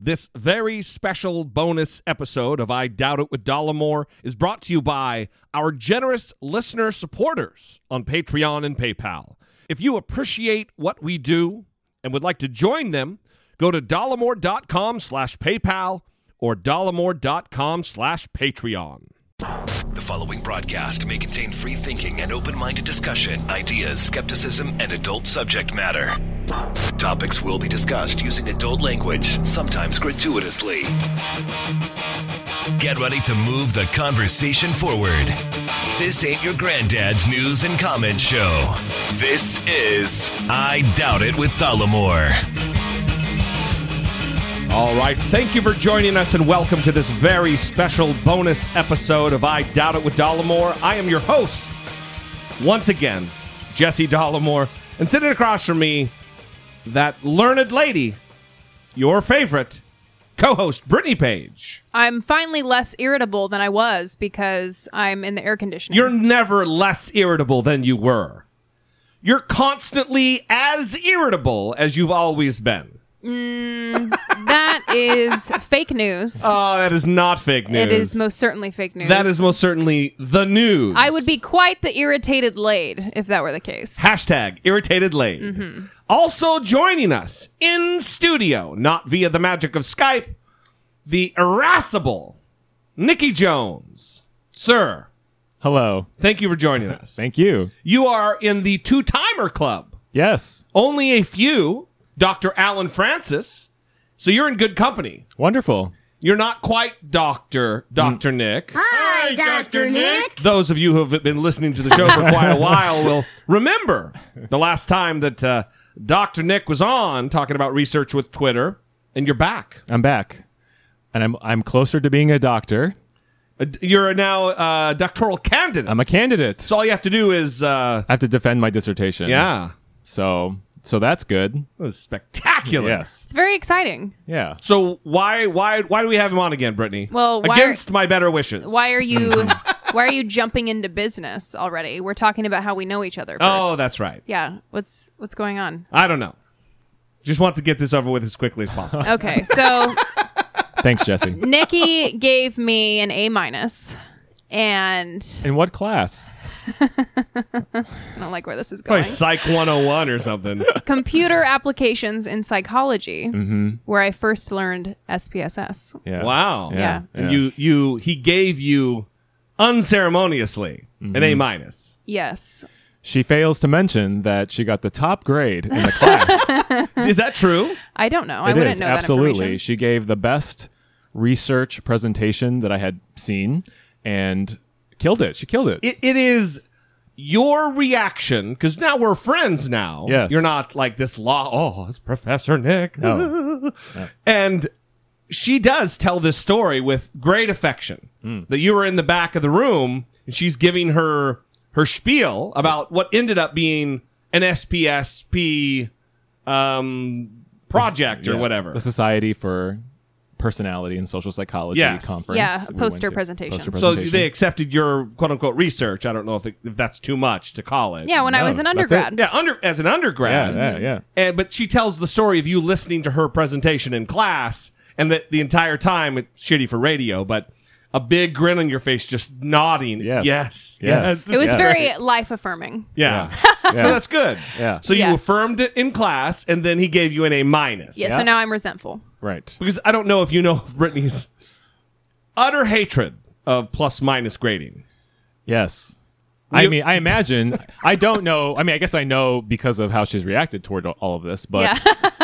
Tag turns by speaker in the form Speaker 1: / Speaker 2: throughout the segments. Speaker 1: This very special bonus episode of I Doubt It with Dollamore is brought to you by our generous listener supporters on Patreon and PayPal. If you appreciate what we do and would like to join them, go to dollamore.com slash PayPal or dollamore.com slash Patreon.
Speaker 2: The following broadcast may contain free thinking and open minded discussion, ideas, skepticism, and adult subject matter. Topics will be discussed using adult language, sometimes gratuitously. Get ready to move the conversation forward. This ain't your granddad's news and comment show. This is I Doubt It with Dollamore.
Speaker 1: All right. Thank you for joining us and welcome to this very special bonus episode of I Doubt It with Dollamore. I am your host, once again, Jesse Dollamore. And sitting across from me, that learned lady, your favorite co host, Brittany Page.
Speaker 3: I'm finally less irritable than I was because I'm in the air conditioning.
Speaker 1: You're never less irritable than you were. You're constantly as irritable as you've always been.
Speaker 3: That is fake news.
Speaker 1: Oh, that is not fake news.
Speaker 3: It is most certainly fake news.
Speaker 1: That is most certainly the news.
Speaker 3: I would be quite the irritated lade if that were the case.
Speaker 1: Hashtag irritated lane.
Speaker 4: Mm-hmm.
Speaker 1: Also joining us in studio, not via the magic of Skype, the irascible Nikki Jones. Sir,
Speaker 4: Hello.
Speaker 1: thank you for joining us.
Speaker 4: Thank you.
Speaker 1: you are in the two timer club.
Speaker 4: Yes.
Speaker 1: Only a few, Dr. Alan Francis. So you're in good company.
Speaker 4: Wonderful.
Speaker 1: You're not quite Dr. Dr. Nick.
Speaker 5: Hi, Dr. Nick.
Speaker 1: those of you who have been listening to the show for quite a while will remember the last time that uh, Dr. Nick was on talking about research with Twitter, and you're back.
Speaker 4: I'm back. And I'm I'm closer to being a doctor.
Speaker 1: Uh, You're now uh, a doctoral candidate.
Speaker 4: I'm a candidate.
Speaker 1: so all you have to do is, uh,
Speaker 4: I have to defend my dissertation.
Speaker 1: yeah,
Speaker 4: So so that's good.
Speaker 1: that was spectacular.
Speaker 4: Yes.
Speaker 3: It's very exciting.
Speaker 4: Yeah.
Speaker 1: So why why why do we have him on again, Brittany?
Speaker 3: Well, why are-
Speaker 1: against my better wishes.
Speaker 3: Why are you why are you jumping into business already? We're talking about how we know each other. First.
Speaker 1: oh, that's right.
Speaker 3: yeah. What's what's going on?
Speaker 1: I don't know. Just want to get this over with as quickly as possible.
Speaker 3: Okay, so
Speaker 4: Thanks, Jesse.
Speaker 3: Nikki gave me an A minus, and
Speaker 4: In what class?
Speaker 3: I don't like where this is going.
Speaker 1: Probably Psych 101 or something.
Speaker 3: computer applications in psychology,
Speaker 4: Mm-hmm.
Speaker 3: where I first learned SPSS.
Speaker 4: Yeah.
Speaker 1: Wow.
Speaker 3: Yeah.
Speaker 1: And you you he gave you unceremoniously an A minus.
Speaker 3: Yes.
Speaker 4: She fails to mention that she got the top grade in the class.
Speaker 1: Is that true?
Speaker 3: I don't know. I
Speaker 4: It
Speaker 3: wouldn't
Speaker 4: is,
Speaker 3: know that
Speaker 4: absolutely.
Speaker 3: information.
Speaker 4: She gave the best research presentation that I had seen and killed it. She killed it.
Speaker 1: It, it is your reaction because now we're friends now.
Speaker 4: Yes.
Speaker 1: You're not like this law. Oh, it's Professor Nick.
Speaker 4: Oh.
Speaker 1: And she does tell this story with great affection
Speaker 4: Hmm.
Speaker 1: that you were in the back of the room and she's giving her her spiel about what ended up being an SPSP um, project or
Speaker 4: Yeah.
Speaker 1: whatever.
Speaker 4: The Society for Personality and Social Psychology
Speaker 1: Yes.
Speaker 4: conference.
Speaker 3: Yeah,
Speaker 4: we
Speaker 3: poster
Speaker 4: went to.
Speaker 3: presentation.
Speaker 4: Poster
Speaker 1: So
Speaker 4: presentation.
Speaker 1: they accepted your quote unquote research. I don't know if, it, if that's too much to college.
Speaker 3: Yeah, when I
Speaker 4: No,
Speaker 3: was an
Speaker 4: that's it.
Speaker 3: undergrad.
Speaker 1: Yeah, under as an
Speaker 4: yeah,
Speaker 1: undergrad.
Speaker 4: yeah, yeah.
Speaker 1: And but she tells the story of you listening to her presentation in class, and that the entire time it's shitty for radio, but a big grin on your face, just nodding.
Speaker 4: Yes.
Speaker 1: yes,
Speaker 4: Yes.
Speaker 1: yes.
Speaker 3: It was
Speaker 4: Yeah.
Speaker 3: very life affirming.
Speaker 1: yeah.
Speaker 4: Yeah.
Speaker 1: so that's good.
Speaker 4: Yeah.
Speaker 1: So you
Speaker 3: Yeah.
Speaker 1: affirmed it in class, and then he gave you an A minus.
Speaker 3: Yeah,
Speaker 4: Yeah.
Speaker 3: so now I'm resentful.
Speaker 4: Right.
Speaker 1: Because I don't know if you know Brittany's utter hatred of plus minus grading.
Speaker 4: Yes.
Speaker 1: Well,
Speaker 4: I
Speaker 1: you-
Speaker 4: mean, I imagine. I don't know. I mean, I guess I know because of how she's reacted toward all of this, but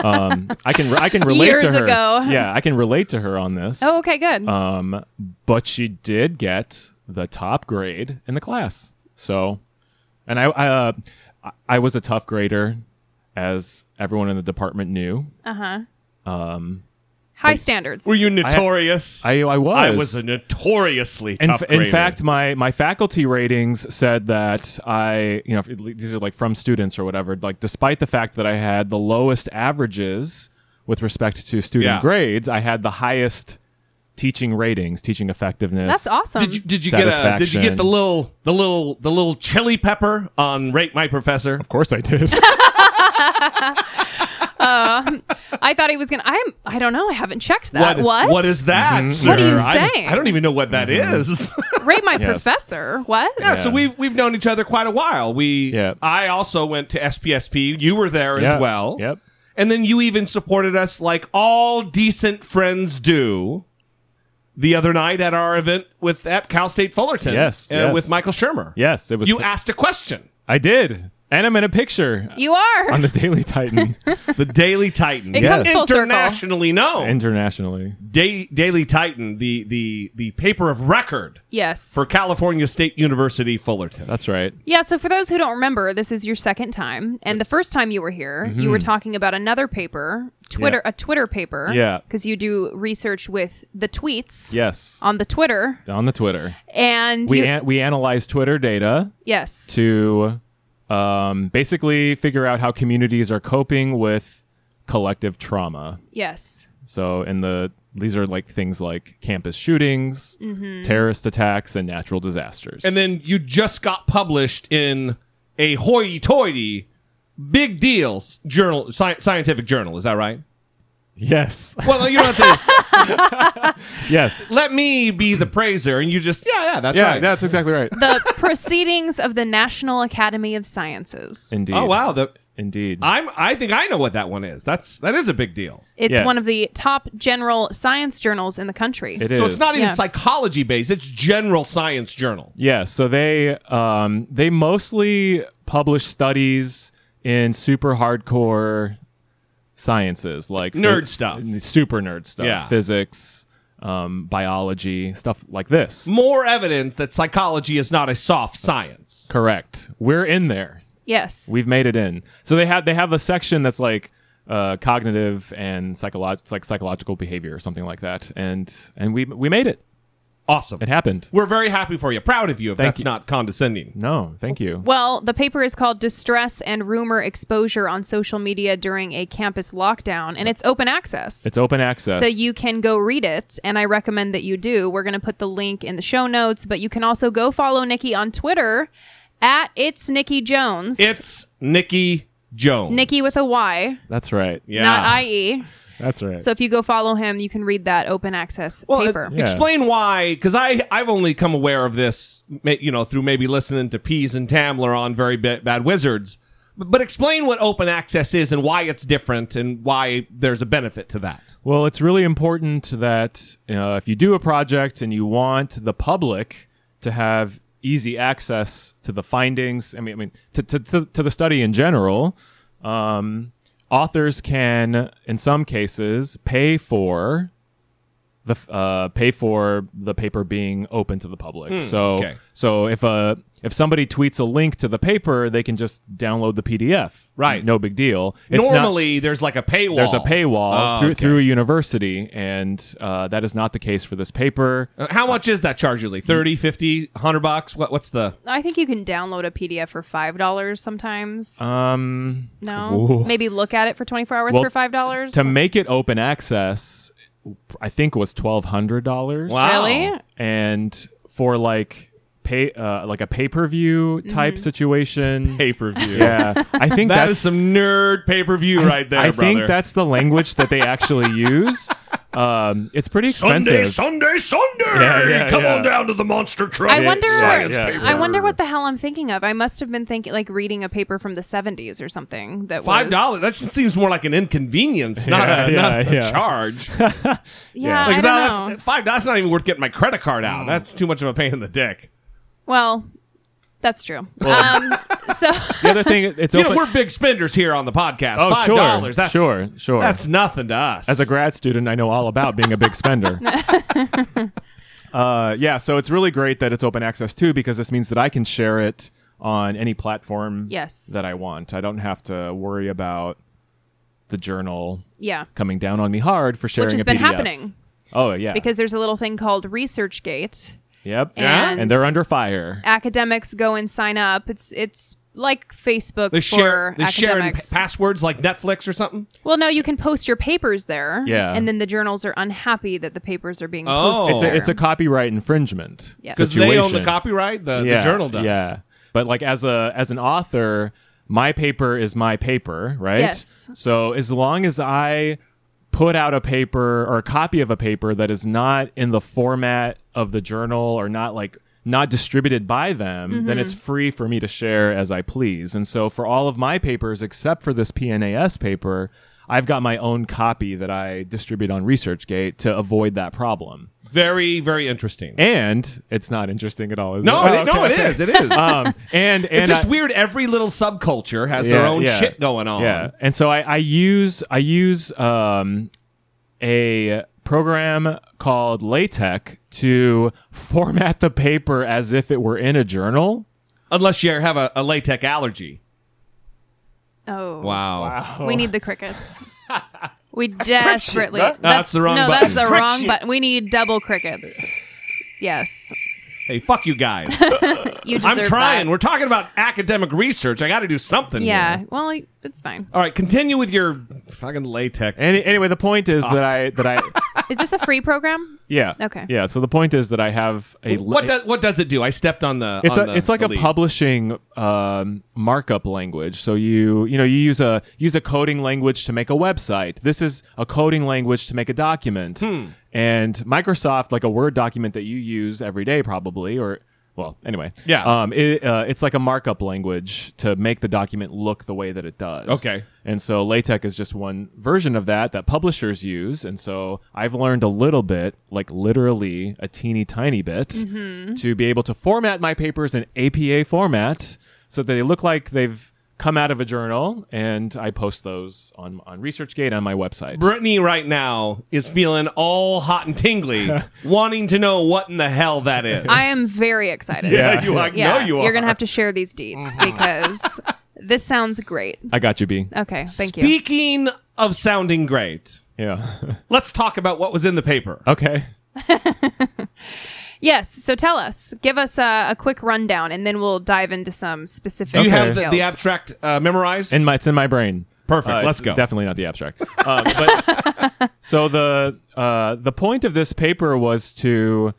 Speaker 4: um, I can I can relate to
Speaker 3: Years
Speaker 4: her.
Speaker 3: ago.
Speaker 4: Yeah, I can relate to her on this.
Speaker 3: Oh, okay, good.
Speaker 4: Um, but she did get the top grade in the class. So, and I, I, uh, I- I was a tough grader, as everyone in the department knew.
Speaker 3: uh huh. Um, High standards.
Speaker 1: Were you notorious?
Speaker 4: I, I was.
Speaker 1: I was a notoriously
Speaker 4: In,
Speaker 1: tough
Speaker 4: f- in
Speaker 1: grader.
Speaker 4: fact, my my faculty ratings said that I, you know, if- these are like from students or whatever. Like, despite the fact that I had the lowest averages with respect to student
Speaker 1: Yeah.
Speaker 4: grades, I had the highest teaching ratings, teaching effectiveness.
Speaker 3: That's awesome.
Speaker 1: did you did you get a did you get
Speaker 4: Satisfaction.
Speaker 1: the little the little the little chili pepper on rate my professor?
Speaker 4: Of course, I did.
Speaker 3: I thought he was gonna. I'm. I don't know. I haven't checked that. What?
Speaker 1: What is that?
Speaker 4: Mm-hmm.
Speaker 1: Sir?
Speaker 3: What are you
Speaker 1: I-
Speaker 3: saying?
Speaker 1: I, don't even know what that is.
Speaker 3: Rate my
Speaker 4: Yes.
Speaker 3: professor. What?
Speaker 1: yeah, so we've we've known each other quite a while. We
Speaker 4: Yeah.
Speaker 1: I also went to SPSP. You were there
Speaker 4: Yeah.
Speaker 1: as well.
Speaker 4: Yep.
Speaker 1: And then you even supported us like all decent friends do the other night at our event with at Cal State Fullerton.
Speaker 4: Yes,
Speaker 1: uh,
Speaker 4: yes.
Speaker 1: With Michael Shermer.
Speaker 4: Yes, it was.
Speaker 1: You
Speaker 4: fa-
Speaker 1: asked a question.
Speaker 4: I did, and I'm in a picture
Speaker 3: You are.
Speaker 4: on the Daily Titan
Speaker 1: The Daily Titan.
Speaker 3: It
Speaker 4: Yes.
Speaker 3: comes full circle.
Speaker 1: Internationally known.
Speaker 4: internationally.
Speaker 1: da- Daily Titan, the the the paper of record
Speaker 3: Yes.
Speaker 1: for California State University Fullerton.
Speaker 4: That's right.
Speaker 3: yeah. So for those who don't remember, this is your second time, and the first time you were here, you
Speaker 4: Mm-hmm.
Speaker 3: were talking about another paper, Twitter, a Twitter paper.
Speaker 4: Yeah.
Speaker 3: Because you do research with the tweets
Speaker 4: Yes,
Speaker 3: on the Twitter,
Speaker 4: on the Twitter,
Speaker 3: and
Speaker 4: we
Speaker 3: you,
Speaker 4: an- we analyze Twitter data
Speaker 3: yes,
Speaker 4: to um, basically figure out how communities are coping with collective trauma.
Speaker 3: yes,
Speaker 4: So, in the these are like things like campus shootings, terrorist attacks, and natural disasters.
Speaker 1: And then you just got published in a hoity-toity big deal s- journal, sci- scientific journal. Is that right?
Speaker 4: yes,
Speaker 1: Well, you don't have to.
Speaker 4: yes,
Speaker 1: let me be the praiser, and you just yeah, yeah, that's
Speaker 4: yeah,
Speaker 1: right.
Speaker 4: that's exactly right.
Speaker 1: Oh,
Speaker 3: the proceedings of the National Academy of Sciences.
Speaker 4: Indeed.
Speaker 1: oh wow, the,
Speaker 4: Indeed.
Speaker 1: I'm I think I know what that one is. That's that is a big deal.
Speaker 3: It's
Speaker 4: Yeah.
Speaker 3: one of the top general science journals in the country.
Speaker 4: It is.
Speaker 1: So it's not even
Speaker 3: Yeah.
Speaker 1: psychology based; it's general science journal.
Speaker 4: Yeah, so they um, they mostly publish studies in super hardcore sciences like
Speaker 1: Nerd stuff.
Speaker 4: super nerd stuff,
Speaker 1: Yeah.
Speaker 4: physics, um, biology, stuff like this.
Speaker 1: More evidence that psychology is not a soft science.
Speaker 4: Correct. We're in there.
Speaker 3: Yes.
Speaker 4: We've made it in. So they have they have a section that's like uh, cognitive and psycholo- it's like psychological behavior or something like that, and and we we made it.
Speaker 1: Awesome.
Speaker 4: It happened.
Speaker 1: We're very happy for you, proud of you. If
Speaker 4: Thank
Speaker 1: that's
Speaker 4: you.
Speaker 1: not condescending,
Speaker 4: No, thank you.
Speaker 3: well, the paper is called Distress and Rumor Exposure on Social Media During a Campus Lockdown, and it's open access.
Speaker 4: It's open access.
Speaker 3: so you can go read it, and I recommend that you do. We're going to put the link in the show notes, but you can also go follow Nikki on Twitter at It's Nikki Jones.
Speaker 1: it's Nikki Jones.
Speaker 3: Nikki with a Y,
Speaker 4: That's right. Yeah.
Speaker 3: not IE.
Speaker 4: That's right.
Speaker 3: So if you go follow him, you can read that open access
Speaker 1: Well,
Speaker 3: paper.
Speaker 1: e- explain why, because I I've only come aware of this, ma- you know, through maybe listening to Peas and Tamler on Very Ba- Bad Wizards. But, but explain what open access is and why it's different and why there's a benefit to that.
Speaker 4: Well, it's really important that uh, if you do a project and you want the public to have easy access to the findings, I mean, I mean to, to, to, to the study in general, um, authors can, in some cases, pay for the f- uh, pay for the paper being open to the public. so
Speaker 1: Hmm, okay.
Speaker 4: so if a if somebody tweets a link to the paper, they can just download the PDF.
Speaker 1: Right.
Speaker 4: No big deal. It's not-
Speaker 1: Normally, there's like a paywall.
Speaker 4: there's a paywall
Speaker 1: Oh,
Speaker 4: through,
Speaker 1: okay.
Speaker 4: through a university, and uh, that is not the case for this paper.
Speaker 1: Uh, How much is that charge usually? 30, 50, 100 bucks? What what's the
Speaker 3: I think you can download a PDF for five dollars sometimes.
Speaker 4: Um,
Speaker 3: no,
Speaker 4: Ooh.
Speaker 3: maybe look at it for twenty four hours
Speaker 4: Well,
Speaker 3: for five dollars.
Speaker 4: to make it open access, I think was twelve hundred dollars.
Speaker 1: Wow.
Speaker 3: really?
Speaker 4: And for like pay uh, like a pay per view type situation.
Speaker 1: per view?
Speaker 4: yeah, I think
Speaker 1: That
Speaker 4: that's
Speaker 1: is some nerd pay per view right there,
Speaker 4: I
Speaker 1: brother.
Speaker 4: think that's the language that they actually use. Um, it's pretty expensive.
Speaker 2: Sunday, Sunday!
Speaker 4: Yeah, yeah, yeah.
Speaker 2: down to the monster truck.
Speaker 3: I wonder.
Speaker 4: science yeah, paper.
Speaker 3: I wonder what the hell I'm thinking of. I must have been thinking like reading a paper from the seventies or something. That
Speaker 1: Five
Speaker 3: was-
Speaker 1: dollars. That just seems more like an inconvenience, not
Speaker 4: Yeah,
Speaker 1: a,
Speaker 4: yeah,
Speaker 1: not a
Speaker 4: yeah.
Speaker 1: charge.
Speaker 3: Yeah,
Speaker 1: Like,
Speaker 3: I
Speaker 1: it's not-
Speaker 3: don't know.
Speaker 1: that's, five. That's not even worth getting my credit card
Speaker 4: Mm.
Speaker 1: out. That's too much of a pain in the dick.
Speaker 3: Well, that's true. um, so
Speaker 4: the other thing, it's
Speaker 1: You
Speaker 4: open.
Speaker 1: know, we're big spenders here on the podcast.
Speaker 4: Oh,
Speaker 1: five
Speaker 4: sure,
Speaker 1: dollars. That's
Speaker 4: sure, sure.
Speaker 1: That's nothing to us.
Speaker 4: as a grad student, I know all about being a big spender. uh, yeah, so it's really great that it's open access too, because this means that I can share it on any platform
Speaker 3: Yes.
Speaker 4: that I want. I don't have to worry about the journal
Speaker 3: yeah,
Speaker 4: coming down on me hard for sharing
Speaker 3: which has
Speaker 4: a
Speaker 3: been
Speaker 4: PDF.
Speaker 3: happening
Speaker 4: Oh yeah,
Speaker 3: because there's a little thing called ResearchGate.
Speaker 4: yep,
Speaker 3: and-
Speaker 4: and they're under fire.
Speaker 3: Academics go and sign up. It's it's like Facebook
Speaker 1: they share
Speaker 3: for
Speaker 1: they share in pa-
Speaker 3: academics.
Speaker 1: passwords like Netflix or something.
Speaker 3: Well, no, you can post your papers there.
Speaker 4: Yeah.
Speaker 3: And then the journals are unhappy that the papers are being
Speaker 1: Oh.
Speaker 3: posted.
Speaker 4: It's a,
Speaker 3: there.
Speaker 4: it's a copyright infringment
Speaker 3: Yeah.
Speaker 1: Because they own the
Speaker 4: situation.
Speaker 1: copyright. The, the journal does.
Speaker 4: Yeah. But like as a as an author, my paper is my paper, right?
Speaker 3: Yes.
Speaker 4: So as long as I put out a paper or a copy of a paper that is not in the format of the journal or not like not distributed by them, then it's free for me to share as I please. And so for all of my papers except for this PNAS paper, I've got my own copy that I distribute on ResearchGate to avoid that problem.
Speaker 1: Very, very interesting.
Speaker 4: And oh, it's not interesting at all, is
Speaker 1: no,
Speaker 4: it?
Speaker 1: it, no, it is. It is.
Speaker 4: Um, and, and
Speaker 1: it's just
Speaker 4: I-
Speaker 1: weird. Every little subculture has their
Speaker 4: yeah,
Speaker 1: own
Speaker 4: yeah.
Speaker 1: shit going on.
Speaker 4: Yeah, and so I, I use I use um, a program called LaTeX to format the paper as if it were in a journal.
Speaker 1: Unless you have a, a latex allergy.
Speaker 3: Oh.
Speaker 1: Wow.
Speaker 3: We need the crickets. We desperately.
Speaker 4: That-
Speaker 1: no, that's the wrong
Speaker 3: No,
Speaker 1: button.
Speaker 3: that's the
Speaker 1: Crick
Speaker 3: wrong button. We need double crickets. Yes.
Speaker 1: Hey, fuck you guys.
Speaker 3: You deserve
Speaker 1: I'm trying.
Speaker 3: that.
Speaker 1: We're talking about academic research. I got to do something.
Speaker 3: yeah.
Speaker 1: here.
Speaker 3: Well, it's fine.
Speaker 1: All right, continue with your fucking latex.
Speaker 4: Any, anyway, the point is that I that I
Speaker 3: Is this a free program?
Speaker 4: yeah
Speaker 3: Okay.
Speaker 4: yeah. So the point is that I have a la-
Speaker 1: what does what does it do? I stepped on the.
Speaker 4: it's
Speaker 1: uh, on
Speaker 4: a,
Speaker 1: the-
Speaker 4: it's like
Speaker 1: the
Speaker 4: a
Speaker 1: lead.
Speaker 4: publishing um, markup language. So you you know you use a use a coding language to make a website. This is a coding language to make a document.
Speaker 1: Hmm.
Speaker 4: And Microsoft, like a Word document that you use every day, probably or well, anyway,
Speaker 1: Yeah.
Speaker 4: Um, it, uh, it's like a markup language to make the document look the way that it does.
Speaker 1: Okay.
Speaker 4: And so LaTeX is just one version of that that publishers use. And so I've learned a little bit, like literally a teeny tiny bit, to be able to format my papers in APA format so that they look like they've come out of a journal. And I post those on, on ResearchGate on my website.
Speaker 1: Brittany right now is feeling all hot and tingly, wanting to know what in the hell that is.
Speaker 3: I am very excited.
Speaker 1: Yeah, you are. No,
Speaker 3: Yeah.
Speaker 1: you are. Mm-hmm.
Speaker 3: You're gonna have to share these deeds because this sounds great.
Speaker 4: I got you, B.
Speaker 3: Okay. Thank you.
Speaker 1: Speaking of sounding great,
Speaker 4: Yeah.
Speaker 1: let's talk about what was in the paper.
Speaker 4: okay.
Speaker 3: Yes. So tell us. Give us a, a quick rundown, and then we'll dive into some specific.
Speaker 1: Do you have
Speaker 3: details.
Speaker 1: the, the abstract uh, memorized?
Speaker 4: In my, it's in my brain. Uh,
Speaker 1: Perfect.
Speaker 4: it's
Speaker 1: Let's go.
Speaker 4: Definitely not the abstract. Uh, but, so the uh, the point of this paper was to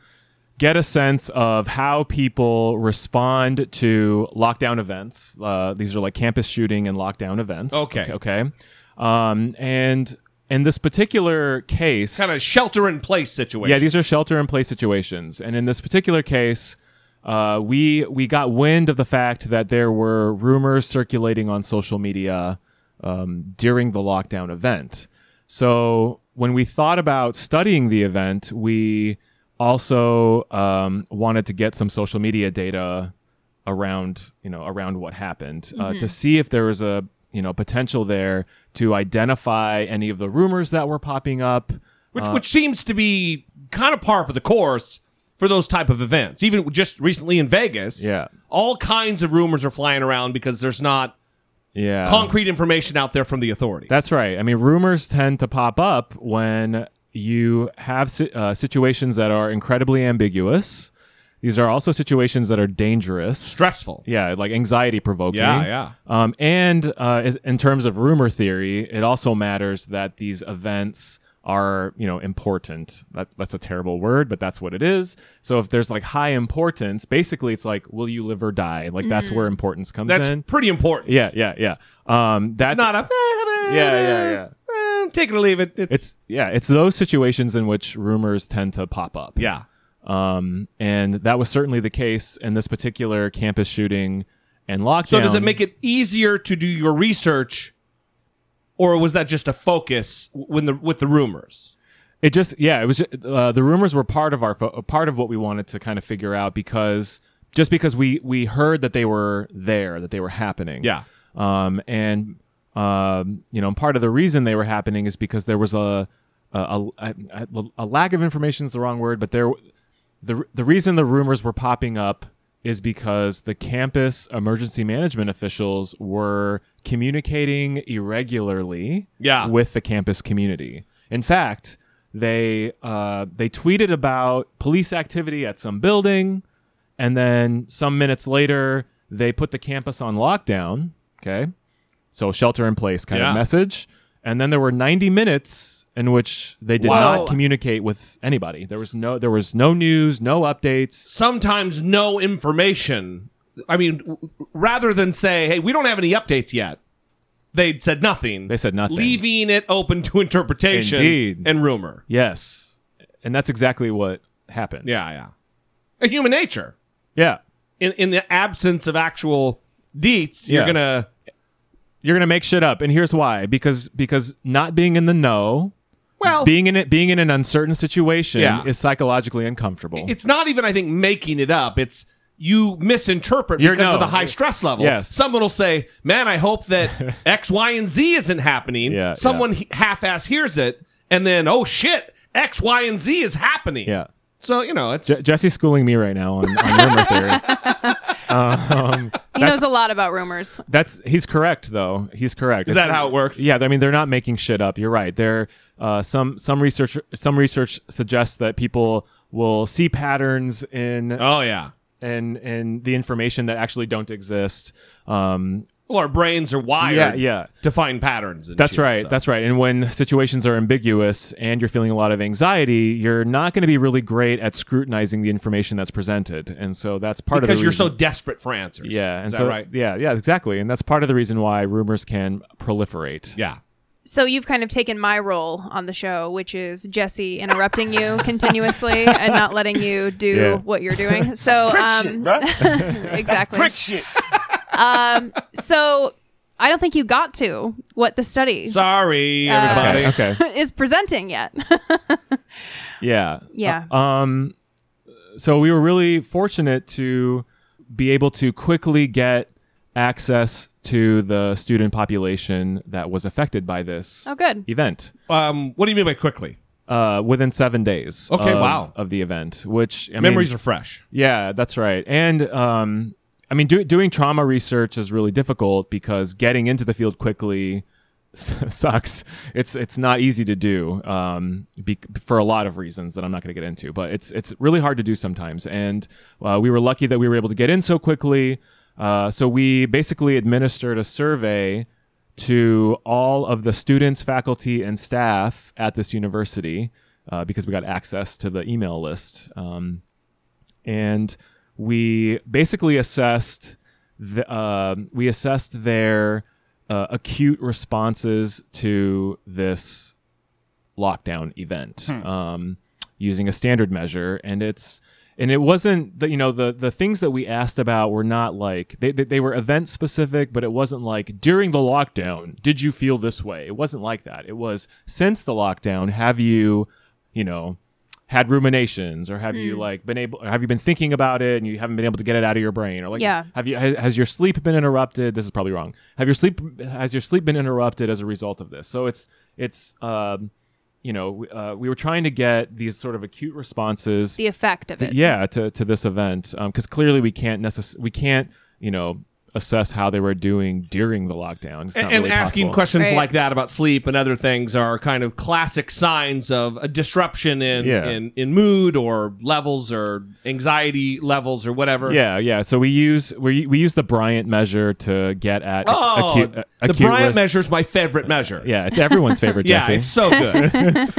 Speaker 4: get a sense of how people respond to lockdown events. Uh, these are like campus shooting and lockdown events.
Speaker 1: Okay.
Speaker 4: Okay. okay. Um, and in this particular case,
Speaker 1: kind of shelter in place situation.
Speaker 4: yeah, these are shelter in place situations, and in this particular case, uh, we we got wind of the fact that there were rumors circulating on social media um, during the lockdown event. So when we thought about studying the event, we also um, wanted to get some social media data around you know around what happened uh, to see if there was a you know potential there to identify any of the rumors that were popping up
Speaker 1: which,
Speaker 4: Uh,
Speaker 1: which seems to be kind of par for the course for those type of events. Even just recently in Vegas,
Speaker 4: Yeah.
Speaker 1: all kinds of rumors are flying around because there's not
Speaker 4: yeah
Speaker 1: concrete information out there from the authorities.
Speaker 4: Um, That's right. I mean, rumors tend to pop up when you have si- uh, situations that are incredibly ambiguous. These are also situations that are dangerous.
Speaker 1: stressful.
Speaker 4: yeah, like anxiety provoking.
Speaker 1: Yeah, yeah.
Speaker 4: Um, and uh, is- in terms of rumor theory, it also matters that these events are, you know, important. That, that's a terrible word, but that's what it is. So if there's like high importance, basically it's like, will you live or die? Like that's where importance comes
Speaker 1: That's
Speaker 4: in.
Speaker 1: pretty important.
Speaker 4: Yeah, yeah, yeah. Um, that's
Speaker 1: It's not a eh, yeah,
Speaker 4: yeah,
Speaker 1: yeah. eh, take it or leave it. It's,
Speaker 4: it's yeah, it's those situations in which rumors tend to pop up.
Speaker 1: yeah.
Speaker 4: Um, and that was certainly the case in this particular campus shooting and lockdown.
Speaker 1: So does it make it easier to do your research, or was that just a focus when the with the rumors?
Speaker 4: It just yeah, it was uh, the rumors were part of our fo- part of what we wanted to kind of figure out because just because we we heard that they were there, that they were happening.
Speaker 1: Yeah.
Speaker 4: Um and um you know, part of the reason they were happening is because there was a a, a, a, a lack of information is the wrong word, but there the the reason the rumors were popping up is because the campus emergency management officials were communicating irregularly
Speaker 1: Yeah.
Speaker 4: with the campus community. In fact, they uh, they tweeted about police activity at some building, and then some minutes later they put the campus on lockdown. Okay, so shelter in place kind
Speaker 1: Yeah.
Speaker 4: of message, and then there were 90 minutes in which they did
Speaker 3: Wow.
Speaker 4: not communicate with anybody. There was no there was no news, no updates.
Speaker 1: Sometimes no information I mean, w- rather than say, "Hey, we don't have any updates yet," they said nothing.
Speaker 4: They said nothing.
Speaker 1: leaving it open to interpretation
Speaker 4: Indeed.
Speaker 1: and rumor.
Speaker 4: Yes. And that's exactly what happened.
Speaker 1: Yeah, yeah. And human nature.
Speaker 4: Yeah.
Speaker 1: In in the absence of actual deets, you're
Speaker 4: Yeah.
Speaker 1: gonna
Speaker 4: You're gonna make shit up, and here's why. Because because not being in the know,
Speaker 1: well.
Speaker 4: being in it being in an uncertain situation
Speaker 1: Oh. Yeah.
Speaker 4: is psychologically uncomfortable.
Speaker 1: it's not even I think making it up. It's you misinterpret
Speaker 4: You're-
Speaker 1: because
Speaker 4: no.
Speaker 1: of the high stress level.
Speaker 4: Yes.
Speaker 1: Someone will say, "Man, I hope that X, Y, and Z isn't happening."
Speaker 4: Yeah,
Speaker 1: Someone
Speaker 4: yeah.
Speaker 1: he- half-ass hears it, and then, "Oh shit, X, Y, and Z is happening."
Speaker 4: yeah.
Speaker 1: So you know, it's
Speaker 4: Je- Jesse's schooling me right now on, on rumor theory.
Speaker 3: He knows a lot about rumors.
Speaker 4: That's he's correct though. He's correct.
Speaker 1: Is that how it works?
Speaker 4: Yeah, I mean they're not making shit up. You're right. They're uh, some some research some research suggests that people will see patterns in
Speaker 1: oh yeah.
Speaker 4: and and the information that actually don't exist. Um,
Speaker 1: Well, our brains are wired.
Speaker 4: Yeah, yeah.
Speaker 1: To find patterns. And
Speaker 4: that's
Speaker 1: shit,
Speaker 4: right.
Speaker 1: so.
Speaker 4: That's right. And when situations are ambiguous and you're feeling a lot of anxiety, you're not going to be really great at scrutinizing the information that's presented. And so that's part of
Speaker 1: because
Speaker 4: the
Speaker 1: you're
Speaker 4: reason-
Speaker 1: so desperate for answers.
Speaker 4: yeah.
Speaker 1: Is
Speaker 4: And
Speaker 1: that
Speaker 4: so
Speaker 1: right?
Speaker 4: yeah, yeah, exactly. And that's part of the reason why rumors can proliferate.
Speaker 1: Yeah.
Speaker 3: So you've kind of taken my role on the show, which is Jesse interrupting you continuously and not letting you do
Speaker 4: Yeah.
Speaker 3: what you're doing. So um, exactly. Um,
Speaker 5: Shit.
Speaker 3: So I don't think you got to what the study
Speaker 1: Sorry, everybody.
Speaker 4: Okay. okay.
Speaker 3: is presenting yet.
Speaker 4: Yeah.
Speaker 3: yeah.
Speaker 4: Um, so we were really fortunate to be able to quickly get access to the student population that was affected by this
Speaker 3: Oh, good.
Speaker 4: event
Speaker 1: Um, what do you mean by quickly?
Speaker 4: uh, within seven days.
Speaker 1: Okay,
Speaker 4: of-
Speaker 1: wow.
Speaker 4: of the event, which I
Speaker 1: Memories
Speaker 4: mean,
Speaker 1: are fresh.
Speaker 4: yeah, that's right. And um, I mean, do, doing trauma research is really difficult because getting into the field quickly s- sucks. It's it's not easy to do um, be, for a lot of reasons that I'm not going to get into. But it's it's really hard to do sometimes. And uh, we were lucky that we were able to get in so quickly. Uh, so we basically administered a survey to all of the students, faculty, and staff at this university uh, because we got access to the email list. Um, and we basically assessed the, uh, we assessed their uh, acute responses to this lockdown event um, using a standard measure and it's and it wasn't that you know the the things that we asked about were not like they, they they were event specific but it wasn't like during the lockdown did you feel this way it wasn't like that it was since the lockdown have you you know had ruminations or have you like been able or have you been thinking about it and you haven't been able to get it out of your brain or like
Speaker 3: Yeah.
Speaker 4: have you has, has your sleep been interrupted this is probably wrong have your sleep has your sleep been interrupted as a result of this so it's it's um you know w- uh, we were trying to get these sort of acute responses
Speaker 3: the effect of it.
Speaker 4: yeah to, to this event because clearly we can't necess- we can't you know assess how they were doing during the lockdown It's
Speaker 1: and,
Speaker 4: not really
Speaker 1: asking
Speaker 4: possible.
Speaker 1: questions
Speaker 3: Right.
Speaker 1: like that about sleep and other things are kind of classic signs of a disruption in
Speaker 4: Yeah.
Speaker 1: in, in mood or levels or anxiety levels or whatever.
Speaker 4: yeah yeah so we use we, we use the bryant measure to get at
Speaker 1: Oh,
Speaker 4: acute, uh,
Speaker 1: the
Speaker 4: acute
Speaker 1: Bryant
Speaker 4: risk-
Speaker 1: measure is my favorite measure.
Speaker 4: yeah it's everyone's favorite
Speaker 1: Yeah,
Speaker 4: jesse
Speaker 1: it's so good.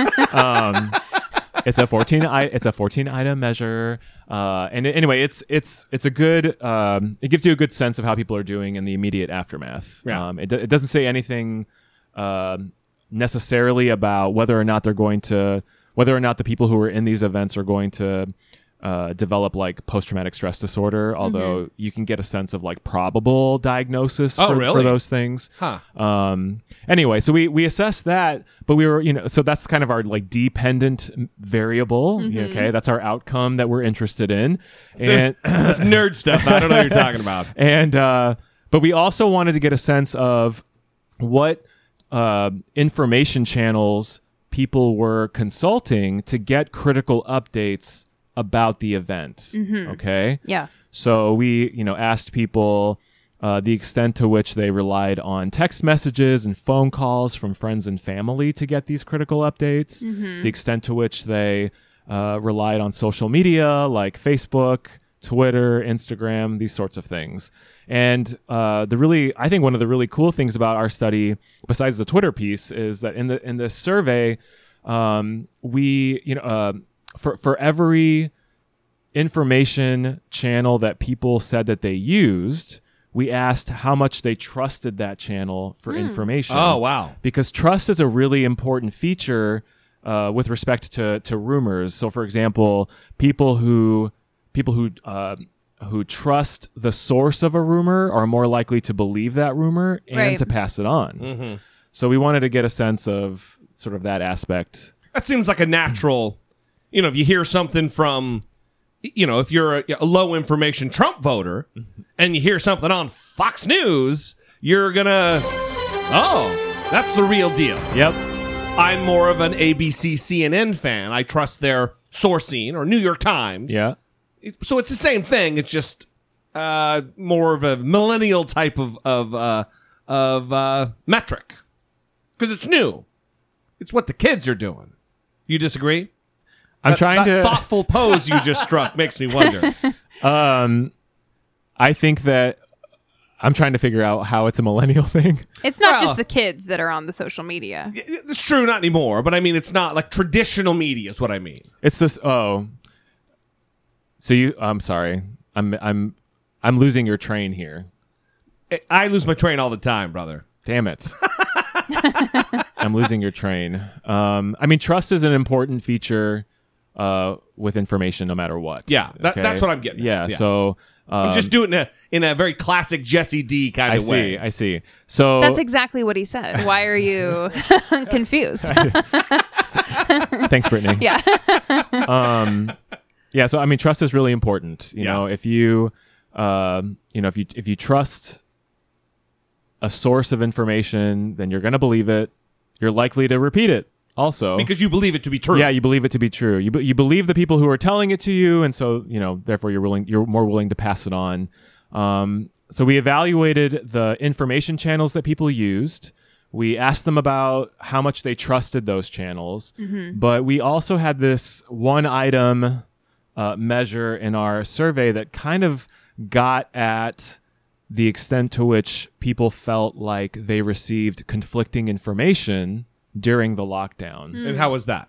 Speaker 4: it's a 14 I, it's a 14 item measure uh, and anyway it's it's it's a good um, it gives you a good sense of how people are doing in the immediate aftermath
Speaker 1: Yeah.
Speaker 4: um, it, do- it doesn't say anything um, necessarily about whether or not they're going to whether or not the people who are in these events are going to uh, develop like post-traumatic stress disorder although you can get a sense of like probable diagnosis
Speaker 1: Mm-hmm. Oh,
Speaker 4: for,
Speaker 1: really?
Speaker 4: for those things
Speaker 1: Huh.
Speaker 4: um anyway so we we assessed that but we were you know so that's kind of our like dependent variable okay that's our outcome that we're interested in and
Speaker 1: That's nerd stuff. I don't know what you're talking about.
Speaker 4: and uh but we also wanted to get a sense of what uh, information channels people were consulting to get critical updates about the event okay
Speaker 3: Yeah.
Speaker 4: so we, you know, asked people uh, the extent to which they relied on text messages and phone calls from friends and family to get these critical updates. The extent to which they uh, relied on social media like Facebook, Twitter, Instagram, these sorts of things. And uh, the really, I think one of the really cool things about our study, besides the Twitter piece, is that in the in this survey, um, we, you know, uh, for for every information channel that people said that they used, we asked how much they trusted that channel for information.
Speaker 1: Oh, wow.
Speaker 4: Because trust is a really important feature uh, with respect to to rumors. So, for example, people who people who uh, who trust the source of a rumor are more likely to believe that rumor and
Speaker 3: Right.
Speaker 4: to pass it on.
Speaker 1: Mm-hmm.
Speaker 4: So, we wanted to get a sense of sort of that aspect.
Speaker 1: That seems like a natural, you know, if you hear something from, you know, if you're a, a low information Trump voter and you hear something on Fox News, you're going to, oh, that's the real deal.
Speaker 4: Yep.
Speaker 1: I'm more of an ABC CNN fan. I trust their sourcing or New York Times.
Speaker 4: Yeah.
Speaker 1: So it's the same thing. It's just uh, more of a millennial type of of uh, of uh, metric because it's new. It's what the kids are doing. You disagree?
Speaker 4: I'm
Speaker 1: That-
Speaker 4: trying
Speaker 1: that
Speaker 4: to.
Speaker 1: thoughtful pose you just struck makes me wonder.
Speaker 4: um, I think that I'm trying to figure out how it's a millennial thing.
Speaker 3: It's not
Speaker 1: Well-
Speaker 3: just the kids that are on the social media.
Speaker 1: it's true, not anymore. But I mean, it's not like traditional media is what I mean.
Speaker 4: It's this. Oh, so you? I'm sorry. I'm I'm I'm losing your train here.
Speaker 1: I- I lose my train all the time, brother.
Speaker 4: Damn it. I'm losing your train. Um, I mean, trust is an important feature uh, with information, no matter what.
Speaker 1: Yeah, that- that's what I'm getting at.
Speaker 4: Yeah.
Speaker 1: Yeah.
Speaker 4: So um,
Speaker 1: I'm just doing it in a very classic Jesse D kind
Speaker 4: I
Speaker 1: of
Speaker 4: see.
Speaker 1: way.
Speaker 4: I see. So
Speaker 3: That's exactly what he said. Why are you confused?
Speaker 4: thanks, Brittany.
Speaker 3: yeah.
Speaker 4: um, yeah. So I mean, trust is really important. You
Speaker 1: Yeah.
Speaker 4: know, if you, um, you know, if you if you trust a source of information, then you're going to believe it. You're likely to repeat it. Also,
Speaker 1: because you believe it to be true.
Speaker 4: yeah, you believe it to be true. You be- you believe the people who are telling it to you, and so you know, therefore, you're willing, you're more willing to pass it on. Um, so we evaluated the information channels that people used. We asked them about how much they trusted those channels, but we also had this one item uh, measure in our survey that kind of got at the extent to which people felt like they received conflicting information during the lockdown.
Speaker 1: And how was that?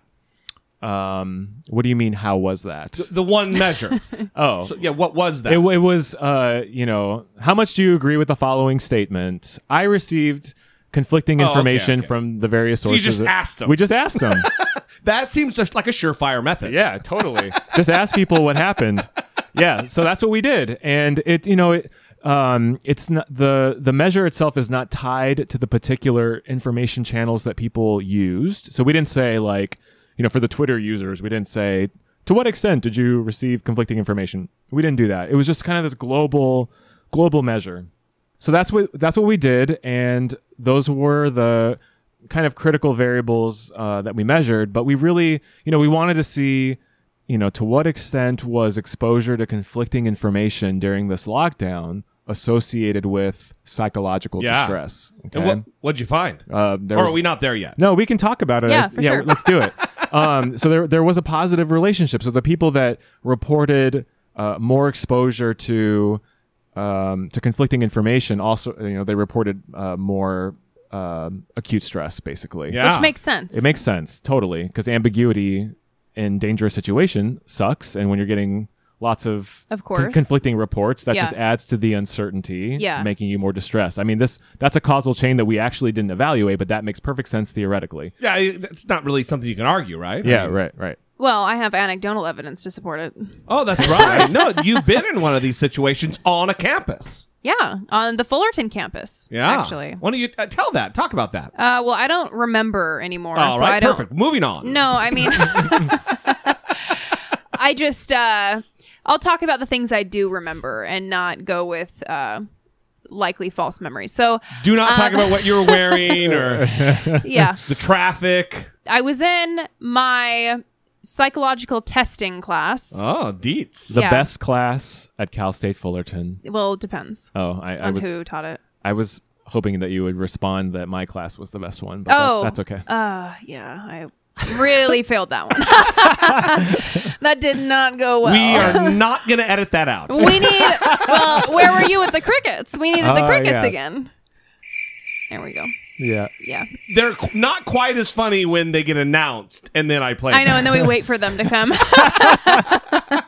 Speaker 4: Um, what do you mean? How was that?
Speaker 1: The one measure.
Speaker 4: Oh,
Speaker 1: So, yeah, what was that?
Speaker 4: it, it was. Uh, you know, how much do you agree with the following statement? I received conflicting
Speaker 1: Oh, okay,
Speaker 4: information
Speaker 1: okay.
Speaker 4: from the various
Speaker 1: you
Speaker 4: sources.
Speaker 1: just
Speaker 4: that-
Speaker 1: asked 'em.
Speaker 4: We just asked them.
Speaker 1: that seems just like a surefire method.
Speaker 4: yeah, totally. just ask people what happened. Yeah, so that's what we did, and it. You know, it. Um, it's not the the measure itself is not tied to the particular information channels that people used. So we didn't say like, you know, for the Twitter users, we didn't say to what extent did you receive conflicting information. We didn't do that. It was just kind of this global global measure. So that's what that's what we did, and those were the kind of critical variables uh, that we measured. But we really, you know, we wanted to see, you know, to what extent was exposure to conflicting information during this lockdown associated with psychological
Speaker 1: Yeah.
Speaker 4: distress? Okay.
Speaker 1: And what what'd you find?
Speaker 4: uh, there
Speaker 1: or
Speaker 4: was-
Speaker 1: are we not there yet?
Speaker 4: no, we can talk about it.
Speaker 3: Yeah,
Speaker 4: I-
Speaker 3: for sure.
Speaker 4: Let's do it. Um, so there, there was a positive relationship. So the people that reported uh, more exposure to um, to conflicting information also, you know, they reported uh, more um, acute stress, basically.
Speaker 1: Yeah.
Speaker 3: Which makes sense.
Speaker 4: It makes sense totally because ambiguity in dangerous situation sucks, and when you're getting lots of
Speaker 3: Of
Speaker 4: con-
Speaker 3: course.
Speaker 4: conflicting reports, that
Speaker 3: Yeah.
Speaker 4: just adds to the uncertainty,
Speaker 3: Yeah.
Speaker 4: making you more distressed. I mean, this that's a causal chain that we actually didn't evaluate, but that makes perfect sense theoretically.
Speaker 1: Yeah, it- that's not really something you can argue, right? I
Speaker 4: Yeah,
Speaker 1: mean-
Speaker 4: right, right.
Speaker 3: Well, I have anecdotal evidence to support it.
Speaker 1: Oh, that's right. no, you've been in one of these situations on a campus.
Speaker 3: Yeah, on the Fullerton campus.
Speaker 1: Yeah,
Speaker 3: actually.
Speaker 1: Why don't you uh, tell that? Talk about that.
Speaker 3: Uh, well, I don't remember anymore.
Speaker 1: All
Speaker 3: so
Speaker 1: right,
Speaker 3: I don't.
Speaker 1: perfect. Moving on.
Speaker 3: No, I mean, I just uh, I'll talk about the things I do remember and not go with uh, likely false memories. So
Speaker 1: Do not
Speaker 3: uh,
Speaker 1: talk about what you were wearing or
Speaker 3: yeah,
Speaker 1: the traffic.
Speaker 3: I was in my psychological testing class.
Speaker 1: Oh, deets.
Speaker 4: The
Speaker 3: Yeah.
Speaker 4: best class at Cal State Fullerton.
Speaker 3: well, it depends
Speaker 4: Oh, I, I
Speaker 3: on
Speaker 4: was
Speaker 3: who taught it.
Speaker 4: I was hoping that you would respond that my class was the best one, but that-
Speaker 3: Oh.
Speaker 4: that's okay.
Speaker 3: Uh, yeah, I really failed that one. that did not go well.
Speaker 1: We are not going to edit that out.
Speaker 3: We need. Well, where were you with the crickets? We needed the
Speaker 4: Oh,
Speaker 3: crickets
Speaker 4: yeah.
Speaker 3: again. There we go.
Speaker 4: yeah.
Speaker 3: Yeah,
Speaker 1: They're qu- not quite as funny when they get announced and then I play.
Speaker 3: I know.
Speaker 1: them.
Speaker 3: And then we wait for them to come.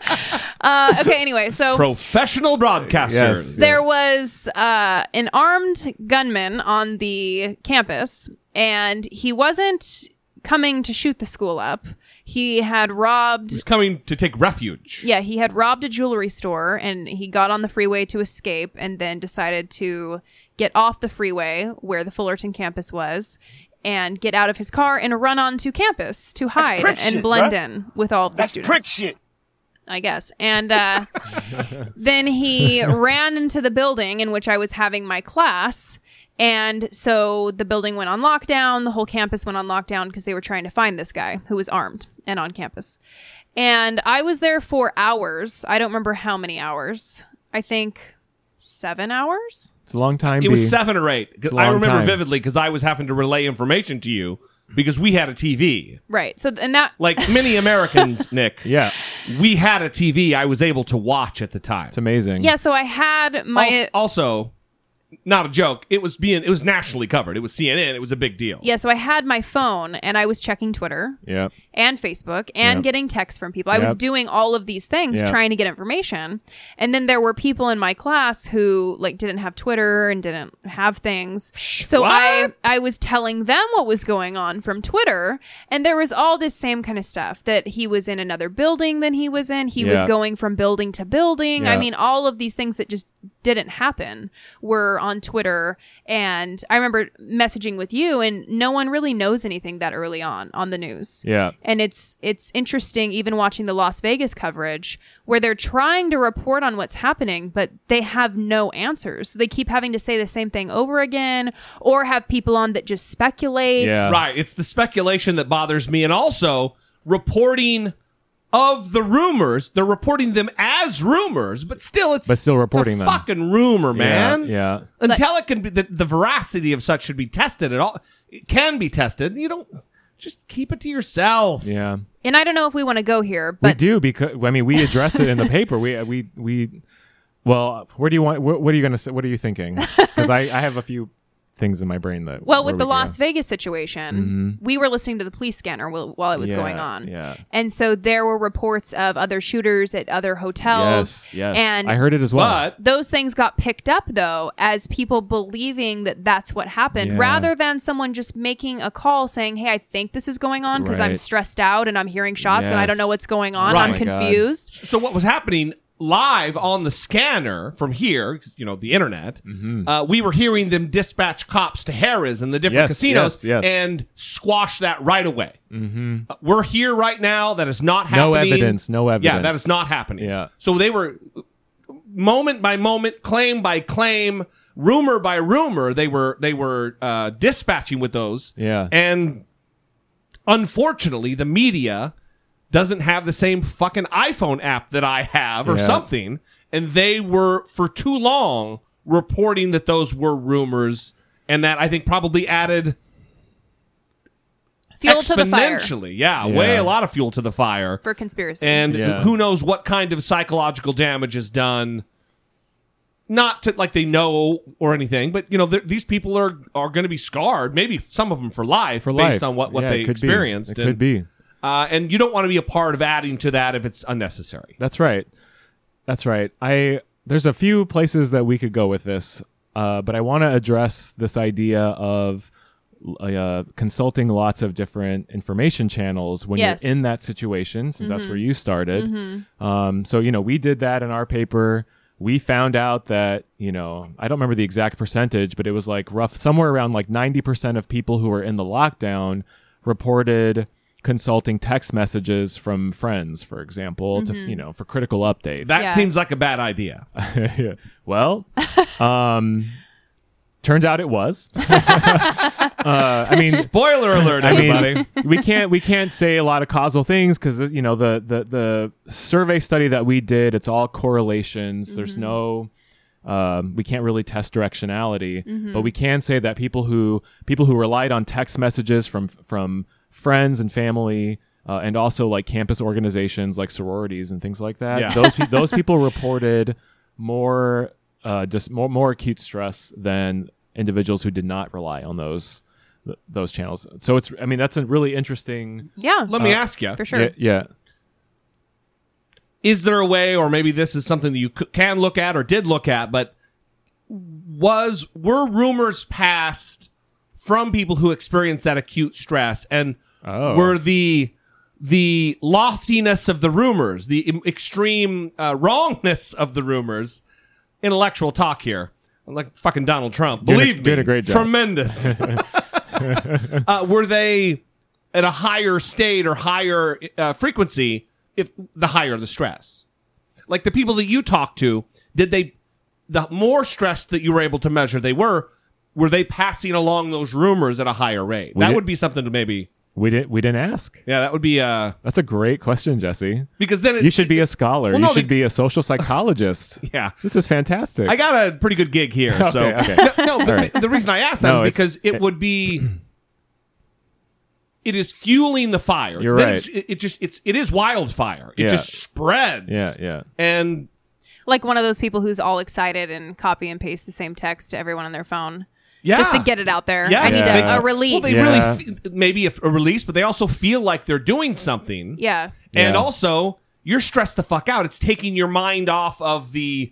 Speaker 3: Uh, okay, anyway, so
Speaker 1: Professional broadcasters.
Speaker 4: Yes.
Speaker 3: there was uh, an armed gunman on the campus, and he wasn't coming to shoot the school up. He had robbed
Speaker 1: He's coming to take refuge.
Speaker 3: Yeah, he had robbed a jewelry store and he got on the freeway to escape and then decided to get off the freeway where the Fullerton campus was and get out of his car and run onto campus to hide
Speaker 5: prick
Speaker 3: and
Speaker 5: shit,
Speaker 3: blend
Speaker 5: bruh.
Speaker 3: in with all of the
Speaker 5: That's
Speaker 3: students.
Speaker 5: prick shit.
Speaker 3: I guess. And uh, then he ran into the building in which I was having my class. And so the building went on lockdown. The whole campus went on lockdown because they were trying to find this guy who was armed and on campus. And I was there for hours. I don't remember how many hours. I think seven hours.
Speaker 4: It's a long time.
Speaker 1: It was
Speaker 4: B.
Speaker 1: seven or eight. 'cause
Speaker 4: a
Speaker 1: I
Speaker 4: long
Speaker 1: remember
Speaker 4: time.
Speaker 1: vividly because I was having to relay information to you because we had a TV.
Speaker 3: Right. So, and that,
Speaker 1: Like many Americans, Nick,
Speaker 4: Yeah,
Speaker 1: we had a TV I was able to watch at the time.
Speaker 4: it's amazing.
Speaker 3: yeah, so I had my.
Speaker 1: also, also, not a joke. It was being it was nationally covered. It was CNN. It was a big deal.
Speaker 3: yeah, so I had my phone and I was checking Twitter.
Speaker 4: Yeah.
Speaker 3: and Facebook and
Speaker 4: Yep.
Speaker 3: getting texts from people. I was
Speaker 4: Yep.
Speaker 3: doing all of these things
Speaker 4: Yep.
Speaker 3: trying to get information. And then there were people in my class who like didn't have Twitter and didn't have things. So I
Speaker 1: what?
Speaker 3: I was telling them what was going on from Twitter and there was all this same kind of stuff that he was in another building than he was in. He was
Speaker 4: Yeah.
Speaker 3: going from building to building. I
Speaker 4: Yeah.
Speaker 3: mean all of these things that just didn't happen were on Twitter and I remember messaging with you and no one really knows anything that early on on the news
Speaker 4: Yeah.
Speaker 3: and it's it's interesting even watching the Las Vegas coverage where they're trying to report on what's happening but they have no answers. So they keep having to say the same thing over again or have people on that just speculate.
Speaker 4: Yeah.
Speaker 1: Right. It's the speculation that bothers me. And also reporting of the rumors. They're reporting them as rumors, but still it's
Speaker 4: But still reporting
Speaker 1: it's a
Speaker 4: them.
Speaker 1: fucking rumor, man.
Speaker 4: yeah.
Speaker 1: Until it can be the, the veracity of such should be tested at all. It can be tested. You don't just keep it to yourself.
Speaker 4: Yeah.
Speaker 3: And I don't know if we want to go here,
Speaker 4: We
Speaker 3: but
Speaker 4: do because I mean we address it in the paper. We we we. Well, where do you want? What, what are you gonna say? What are you thinking? Because I, I have a few things in my brain that.
Speaker 3: well,
Speaker 4: where
Speaker 3: with
Speaker 4: we
Speaker 3: the
Speaker 4: can
Speaker 3: Las Vegas situation, we were listening to the police scanner while, while it was
Speaker 4: Yeah,
Speaker 3: going on.
Speaker 4: yeah.
Speaker 3: And so there were reports of other shooters at other
Speaker 4: go.
Speaker 3: hotels.
Speaker 4: Yes. Yes.
Speaker 3: And
Speaker 4: I heard it as well.
Speaker 1: But
Speaker 3: those things got picked up though as people believing that that's what happened
Speaker 4: Yeah.
Speaker 3: rather than someone just making a call saying hey i think this is going on because i'm
Speaker 4: Right.
Speaker 3: stressed out and i'm hearing shots and i don't
Speaker 4: Yes.
Speaker 3: know what's going on
Speaker 1: Right.
Speaker 3: i'm
Speaker 1: Oh
Speaker 4: my God.
Speaker 3: confused
Speaker 1: So what was happening live on the scanner from here, you know, the internet,
Speaker 4: Mm-hmm.
Speaker 1: uh, we were hearing them dispatch cops to Harrah's and the different
Speaker 4: Yes,
Speaker 1: casinos
Speaker 4: yes, yes.
Speaker 1: and squash that right away. Uh, we're here right now. That is not happening.
Speaker 4: No evidence, no
Speaker 1: Yeah,
Speaker 4: evidence.
Speaker 1: that is not happening.
Speaker 4: Yeah.
Speaker 1: So they were moment by moment, claim by claim, rumor by rumor. They were they were uh, dispatching with those.
Speaker 4: Yeah.
Speaker 1: And unfortunately, the media doesn't have the same fucking iPhone app that I have or
Speaker 4: Yeah.
Speaker 1: something. And they were for too long reporting that those were rumors and that I think probably added
Speaker 3: fuel to the fire
Speaker 1: exponentially. yeah, way a
Speaker 4: Yeah.
Speaker 1: lot of fuel to the fire.
Speaker 3: for conspiracy
Speaker 1: And
Speaker 4: Yeah.
Speaker 1: who knows what kind of psychological damage is done. Not to like they know or anything, but you know they're- these people are are going to be scarred. Maybe some of them for life,
Speaker 4: for life.
Speaker 1: based on what, what
Speaker 4: Yeah, it
Speaker 1: they
Speaker 4: could be.
Speaker 1: experienced.
Speaker 4: It
Speaker 1: and,
Speaker 4: could be.
Speaker 1: uh, and you don't want to be a part of adding to that if it's unnecessary.
Speaker 4: That's right. That's right. I there's a few places that we could go with this, uh, but I want to address this idea of uh, consulting lots of different information channels when
Speaker 3: Yes.
Speaker 4: you're in that situation, since that's where you started. Um, so you know, we did that in our paper. We found out that you know I don't remember the exact percentage, but it was like rough somewhere around like ninety percent of people who were in the lockdown reported consulting text messages from friends, for example, to you know for critical updates.
Speaker 1: That
Speaker 3: Yeah.
Speaker 1: seems like a bad idea.
Speaker 4: Yeah. well, um, turns out it was. uh, I mean,
Speaker 1: Spoiler alert,
Speaker 4: I mean,
Speaker 1: everybody.
Speaker 4: we can't we can't say a lot of causal things because you know the the the survey study that we did it's all correlations. There's no um, we can't really test directionality, but we can say that people who people who relied on text messages from from friends and family. Uh, and also like campus organizations like sororities and things like that.
Speaker 1: Yeah.
Speaker 4: Those pe- those people reported more uh, just more more acute stress than individuals who did not rely on those th- those channels. So it's
Speaker 1: Uh,
Speaker 4: I mean that's a really interesting
Speaker 3: yeah
Speaker 1: Let me ask you.
Speaker 3: for sure
Speaker 4: yeah, yeah.
Speaker 1: is there a way, or maybe this is something that you c- can look at or did look at, but was were rumors passed from people who experienced that acute stress, and
Speaker 4: Oh.
Speaker 1: were the the loftiness of the rumors, the im- extreme uh, wrongness of the rumors, intellectual talk here, like fucking Donald Trump.
Speaker 4: a-
Speaker 1: Believe me,
Speaker 4: did a great job.
Speaker 1: tremendous. uh, were they at a higher state or higher uh, frequency if the higher the stress like the people that you talked to did they the more stress that you were able to measure they were were they passing along those rumors at a higher rate that
Speaker 4: did-
Speaker 1: would be something to maybe
Speaker 4: We didn't. We didn't ask.
Speaker 1: yeah that would be uh
Speaker 4: That's a great question, Jesse.
Speaker 1: because then it,
Speaker 4: You should be a scholar.
Speaker 1: no,
Speaker 4: you should
Speaker 1: they-
Speaker 4: be a social psychologist.
Speaker 1: yeah
Speaker 4: This is fantastic.
Speaker 1: i got a pretty good gig here so
Speaker 4: okay.
Speaker 1: no, no but
Speaker 4: right.
Speaker 1: the reason i asked that is
Speaker 4: No, it's-
Speaker 1: because it,
Speaker 4: it-
Speaker 1: would be it is fueling the fire
Speaker 4: You're
Speaker 1: Then
Speaker 4: right.
Speaker 1: it's- it, it just it's it is wildfire it
Speaker 4: Yeah.
Speaker 1: just spreads
Speaker 4: yeah, yeah.
Speaker 1: and
Speaker 3: Like one of those people who's all excited and copy and paste the same text to everyone on their phone
Speaker 1: yeah
Speaker 3: just to get it out there.
Speaker 1: Yeah,
Speaker 3: I need
Speaker 1: yeah.
Speaker 3: a, a
Speaker 4: Well,
Speaker 3: release.
Speaker 1: Well, they
Speaker 4: Yeah.
Speaker 1: really f- maybe a, a release, but they also feel like they're doing something.
Speaker 3: yeah.
Speaker 1: And
Speaker 4: Yeah.
Speaker 1: also, you're stressed the fuck out. It's taking your mind off of the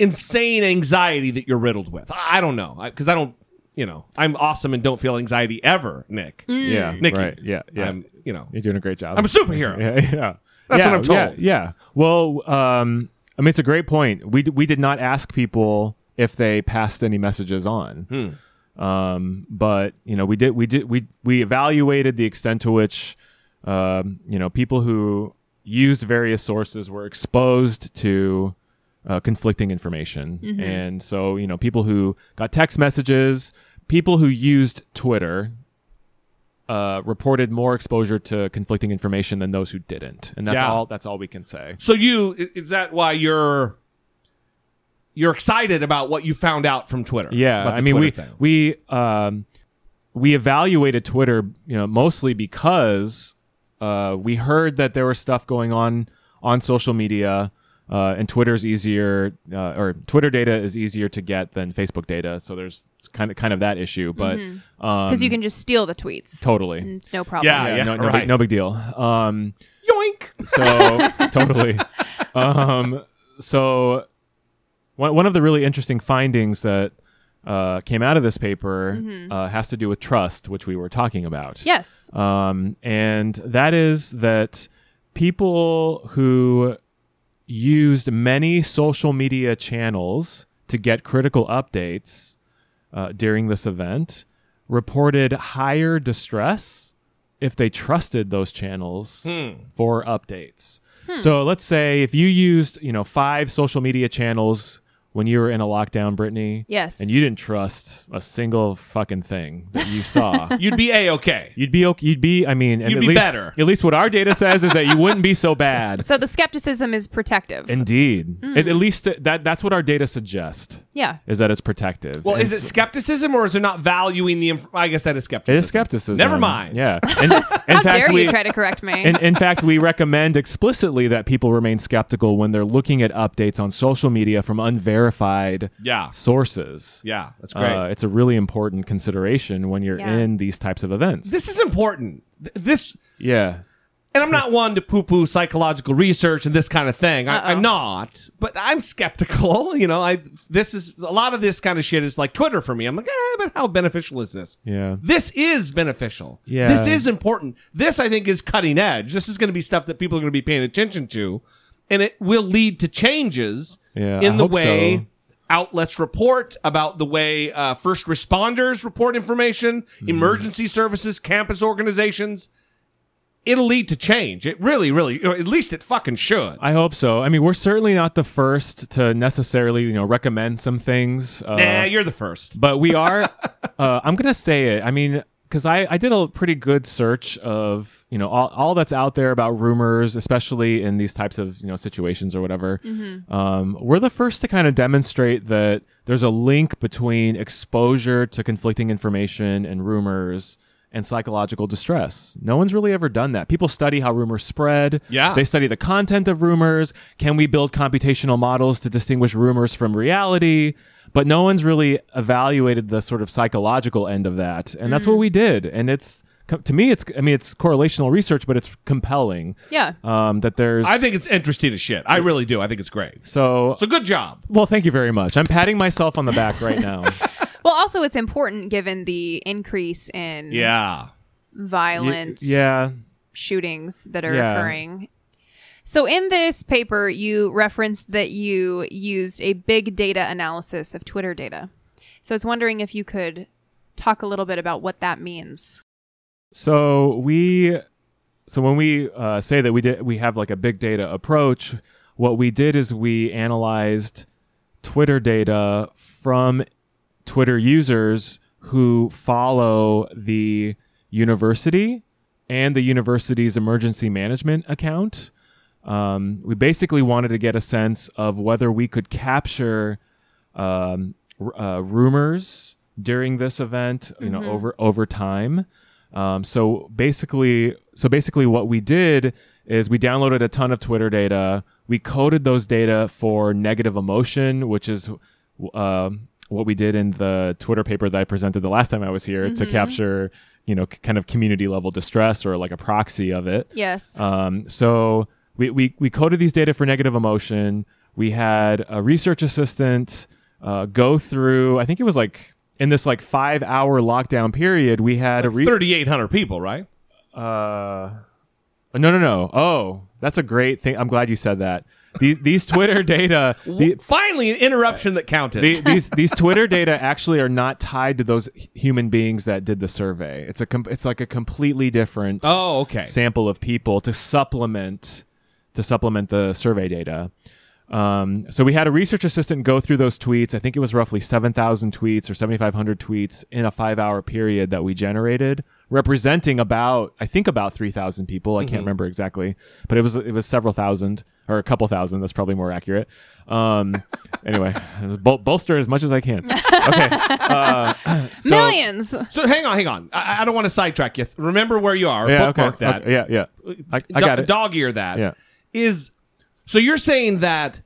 Speaker 1: insane anxiety that you're riddled with. I, I don't know because I, don't, you know, I'm awesome and don't feel anxiety ever, Nick.
Speaker 4: Yeah,
Speaker 1: Mm. Nikki.
Speaker 4: Mm. right. Yeah, yeah.
Speaker 1: I'm, you know,
Speaker 4: You're doing a great job.
Speaker 1: I'm a superhero.
Speaker 4: Yeah, yeah.
Speaker 1: That's
Speaker 4: yeah,
Speaker 1: what I'm told.
Speaker 4: Yeah, yeah. Well, um, I mean, it's a great point. We d- we did not ask people if they passed any messages
Speaker 1: Hmm.
Speaker 4: on. Um, but you know, we did we did we we evaluated the extent to which um, you know people who used various sources were exposed to uh, conflicting information, and so you know people who got text messages, people who used Twitter, uh, reported more exposure to conflicting information than those who didn't, and that's
Speaker 1: Yeah.
Speaker 4: all. That's all we can say.
Speaker 1: So you i- is that why you're you're excited about what you found out from Twitter?
Speaker 4: Yeah,
Speaker 1: About the
Speaker 4: I mean,
Speaker 1: Twitter
Speaker 4: we
Speaker 1: thing?
Speaker 4: we um, we evaluated Twitter, you know, mostly because uh, we heard that there was stuff going on on social media, uh, and Twitter's easier, uh, or Twitter data is easier to get than Facebook data. So there's kind of kind of that issue, but um,
Speaker 3: Because you can just steal the tweets.
Speaker 4: totally.
Speaker 3: and it's no problem.
Speaker 1: Yeah.
Speaker 4: no, no,
Speaker 1: right.
Speaker 4: big, no big deal. Um,
Speaker 1: yoink.
Speaker 4: so totally. Um, so one one of the really interesting findings that uh, came out of this paper uh, has to do with trust, which we were talking about.
Speaker 3: Yes.
Speaker 4: Um, and that is that people who used many social media channels to get critical updates uh, during this event reported higher distress if they trusted those channels for updates. So let's say if you used, you know, five social media channels when you were in a lockdown, Brittany.
Speaker 3: Yes.
Speaker 4: And you didn't trust a single fucking thing that you saw.
Speaker 1: You'd be a okay.
Speaker 4: You'd be okay. You'd be. I mean, and
Speaker 1: You'd
Speaker 4: at
Speaker 1: be
Speaker 4: least,
Speaker 1: better.
Speaker 4: At least what our data says is that you wouldn't be so bad.
Speaker 3: So the skepticism is protective.
Speaker 4: Indeed. At, at least that that's what our data suggests
Speaker 3: Hmm. yeah.
Speaker 4: is that it's protective.
Speaker 1: Well,
Speaker 4: And
Speaker 1: is it skepticism or is it not valuing the? Inf- I guess that is skepticism.
Speaker 4: It is skepticism.
Speaker 1: Never mind.
Speaker 4: Yeah. And, in
Speaker 3: How
Speaker 4: fact,
Speaker 3: dare
Speaker 4: we,
Speaker 3: you try to correct me?
Speaker 4: in, in fact, we recommend explicitly that people remain skeptical when they're looking at updates on social media from unverified
Speaker 1: Yeah.
Speaker 4: sources.
Speaker 1: Yeah, that's great.
Speaker 4: Uh, it's a really important consideration when you're
Speaker 3: Yeah.
Speaker 4: in these types of events.
Speaker 1: this is important. Th- This,
Speaker 4: yeah.
Speaker 1: and I'm not one to poo poo psychological research and this kind of thing. I, I'm not, but I'm skeptical. You know, I this is a lot of this kind of shit is like Twitter for me. I'm like, eh, but how beneficial is this?
Speaker 4: Yeah.
Speaker 1: This is beneficial.
Speaker 4: Yeah.
Speaker 1: This is important. This, I think, is cutting edge. This is going to be stuff that people are going to be paying attention to, and it will lead to changes
Speaker 4: Yeah,
Speaker 1: in
Speaker 4: I
Speaker 1: the
Speaker 4: hope
Speaker 1: way
Speaker 4: so.
Speaker 1: outlets report, about the way uh, first responders report information,
Speaker 4: Mm-hmm.
Speaker 1: emergency services, campus organizations. It'll lead to change. It really, really, or at least it fucking should.
Speaker 4: I uh, hope so. I mean, we're certainly not the first to necessarily, you know, recommend some things. Uh,
Speaker 1: nah, you're the first.
Speaker 4: but we are. uh, I'm gonna say it. I mean, because I I did a pretty good search of you know all all that's out there about rumors, especially in these types of you know situations or whatever.
Speaker 1: Mm-hmm.
Speaker 4: Um, we're the first to kind of demonstrate that there's a link between exposure to conflicting information and rumors. And psychological distress. No one's really ever done that. People study how rumors spread.
Speaker 1: Yeah.
Speaker 4: They study the content of rumors. Can we build computational models to distinguish rumors from reality? But no one's really evaluated the sort of psychological end of that. And that's what we did. And it's co- to me, it's I mean, it's correlational research, but it's compelling.
Speaker 3: Yeah.
Speaker 4: Um, that there's
Speaker 1: I think it's interesting as shit. I really do. I think it's great.
Speaker 4: so.
Speaker 1: So good job.
Speaker 4: Well, thank you very much. I'm patting myself on the back right now.
Speaker 3: Well, also it's important given the increase in
Speaker 1: Yeah.
Speaker 4: Y-
Speaker 3: violent
Speaker 4: yeah.
Speaker 3: shootings that are
Speaker 4: Yeah.
Speaker 3: occurring. So in this paper, you referenced that you used a big data analysis of Twitter data. So I was wondering if you could talk a little bit about what that means.
Speaker 4: So we, so when we uh, say that we did, we have like a big data approach. What we did is we analyzed Twitter data from Twitter users who follow the university and the university's emergency management account. Um, we basically wanted to get a sense of whether we could capture um, r- uh, rumors during this event, you know, over over time. Um, so basically, so basically, what we did is we downloaded a ton of Twitter data. We coded those data for negative emotion, which is uh, what we did in the Twitter paper that I presented the last time I was here to capture, you know, c- kind of community level distress or like a proxy of it.
Speaker 3: Yes.
Speaker 4: Um, so we, we, we coded these data for negative emotion. We had a research assistant uh, go through, I think it was like in this like five hour lockdown period, we had a re-
Speaker 1: 3,800 people, right?
Speaker 4: uh, no, no, no. Oh, that's a great thing. I'm glad you said that. The, these Twitter data, the,
Speaker 1: Finally, an interruption that counted.
Speaker 4: the, these these Twitter data actually are not tied to those h- human beings that did the survey. It's a com- it's like a completely different
Speaker 1: oh, okay.
Speaker 4: sample of people to supplement to supplement the survey data. Um, so we had a research assistant go through those tweets. I think it was roughly 7,000 tweets or 7,500 tweets in a five-hour period that we generated, representing about I think about 3,000 people. I
Speaker 1: Mm-hmm.
Speaker 4: can't remember exactly, but it was it was several thousand or a couple thousand. That's probably more accurate. Um, anyway, bol- bolster as much as I can. Okay, uh, so-
Speaker 3: Millions.
Speaker 1: So hang on, hang on. I, I don't want to sidetrack you. Remember where you are.
Speaker 4: Yeah, okay,
Speaker 1: bookmark that.
Speaker 4: okay, yeah, yeah. I, I
Speaker 1: Uh, Do-
Speaker 4: got it.
Speaker 1: Dog ear that.
Speaker 4: Yeah.
Speaker 1: Is so you're saying that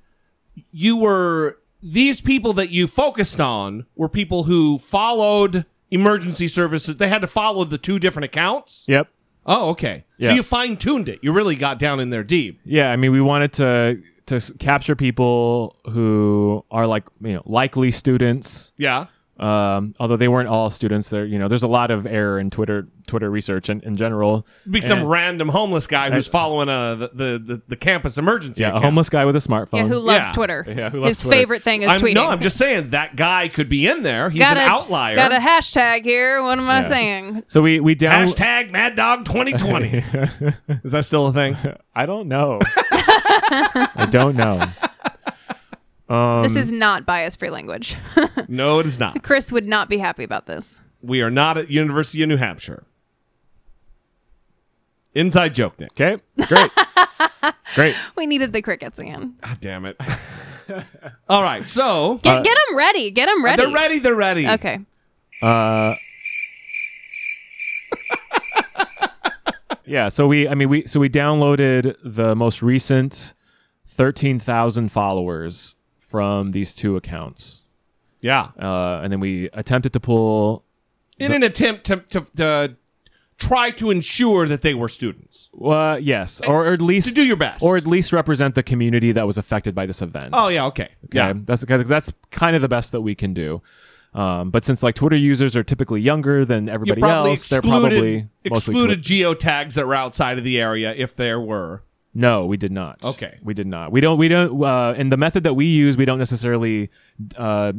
Speaker 1: you were these people that you focused on were people who followed emergency services. They had to follow the two different accounts.
Speaker 4: Yep.
Speaker 1: Oh, okay.
Speaker 4: Yeah.
Speaker 1: So you fine tuned it. You really got down in there deep.
Speaker 4: Yeah, I mean, we wanted to to s- capture people who are like you know likely students.
Speaker 1: Yeah.
Speaker 4: Um, although they weren't all students, there you know there's a lot of error in Twitter Twitter research in, in general.
Speaker 1: Be some random homeless guy who's following a the, the, the, the campus emergency.
Speaker 4: Yeah, a
Speaker 1: account.
Speaker 4: homeless guy with a smartphone.
Speaker 3: Yeah, who loves
Speaker 1: Yeah.
Speaker 3: Twitter?
Speaker 4: um, Yeah, who loves
Speaker 3: His
Speaker 4: Twitter?
Speaker 3: favorite thing is
Speaker 1: I'm,
Speaker 3: tweeting.
Speaker 1: no, I'm just saying that guy could be in there. He's
Speaker 3: got
Speaker 1: an
Speaker 3: a,
Speaker 1: outlier.
Speaker 3: Got a hashtag here. What am I
Speaker 4: Yeah.
Speaker 3: saying?
Speaker 4: so we we down.
Speaker 1: Hashtag Mad Dog 2020. Is that still a thing?
Speaker 4: I don't know. I don't know. Um,
Speaker 3: this is not bias-free language.
Speaker 1: No, it is not.
Speaker 3: Chris would not be happy about this.
Speaker 1: We are not at University of New Hampshire. Inside joke, Nick.
Speaker 4: Okay, great, great.
Speaker 3: We needed the crickets again.
Speaker 1: God damn it. All right, so
Speaker 3: Get, get 'em them ready. Get them ready.
Speaker 1: they're ready. They're ready.
Speaker 3: Okay.
Speaker 4: Uh, yeah, so we I mean we so we downloaded the most recent 13,000 followers from these two accounts.
Speaker 1: Yeah.
Speaker 4: Uh, and then we attempted to pull
Speaker 1: In an attempt to, to, to try to ensure that they were students,
Speaker 4: uh, yes, or, or at least
Speaker 1: to do your best.
Speaker 4: or at least represent the community that was affected by this event.
Speaker 1: oh, yeah, okay.
Speaker 4: Yeah,
Speaker 1: Yeah.
Speaker 4: that's that's kind of the best that we can do. Um, but since like Twitter users are typically younger than
Speaker 1: You
Speaker 4: everybody
Speaker 1: probably
Speaker 4: else, they're
Speaker 1: excluded,
Speaker 4: probably mostly Twi-
Speaker 1: excluded geotags that were outside of the area if there were.
Speaker 4: No, we did not.
Speaker 1: Okay.
Speaker 4: we did not. We don't. We don't. Uh, and the method that we use, we don't necessarily uh,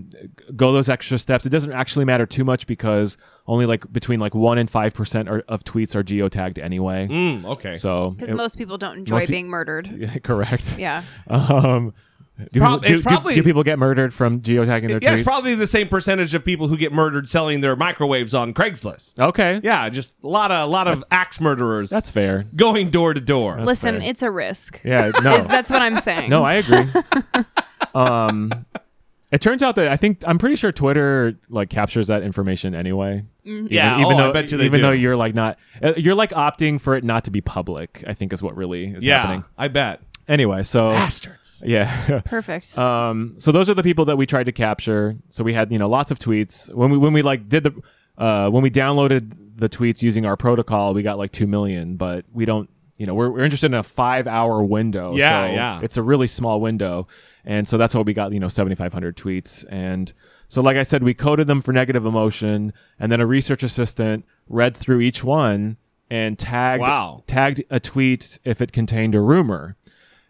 Speaker 4: go those extra steps. It doesn't actually matter too much because only like between like one and five percent of tweets are geotagged anyway.
Speaker 1: Mm, okay.
Speaker 4: So
Speaker 3: Because
Speaker 4: it-
Speaker 3: most people don't enjoy
Speaker 4: most pe-
Speaker 3: being murdered.
Speaker 4: yeah, correct.
Speaker 3: Yeah.
Speaker 4: Um, do,
Speaker 1: prob-
Speaker 4: people, do-
Speaker 1: it's
Speaker 4: do-
Speaker 1: probably-
Speaker 4: do people get murdered from geotagging their
Speaker 1: yeah,
Speaker 4: tweets?
Speaker 1: it's probably the same percentage of people who get murdered selling their microwaves on Craigslist.
Speaker 4: Okay.
Speaker 1: Yeah, just a lot of a lot of axe murderers
Speaker 4: that's fair.
Speaker 1: going door to door.
Speaker 3: Listen,
Speaker 4: fair.
Speaker 3: it's a risk.
Speaker 4: Yeah. No.
Speaker 3: Is- That's what I'm saying.
Speaker 4: No, I agree. um, it turns out that I think I'm pretty sure Twitter like captures that information anyway.
Speaker 1: Yeah,
Speaker 4: even
Speaker 1: oh, I
Speaker 4: though
Speaker 1: bet you they
Speaker 4: even
Speaker 1: do.
Speaker 4: though you're like not uh, you're like opting for it not to be public. I think is what really is
Speaker 1: yeah,
Speaker 4: happening.
Speaker 1: I bet.
Speaker 4: Anyway, so
Speaker 1: Bastards.
Speaker 4: yeah. Oh,
Speaker 3: Perfect.
Speaker 4: Um, so those are the people that we tried to capture. So we had you know lots of tweets when we when we like did the uh, when we downloaded the tweets using our protocol, we got like two million, but we don't. You know, we're, we're interested in a five hour window.
Speaker 1: Yeah,
Speaker 4: so
Speaker 1: yeah.
Speaker 4: It's a really small window, and so that's what we got. You know, seventy five hundred tweets, and so like I said, we coded them for negative emotion, and then a research assistant read through each one and tagged
Speaker 1: Wow.
Speaker 4: tagged a tweet if it contained a rumor.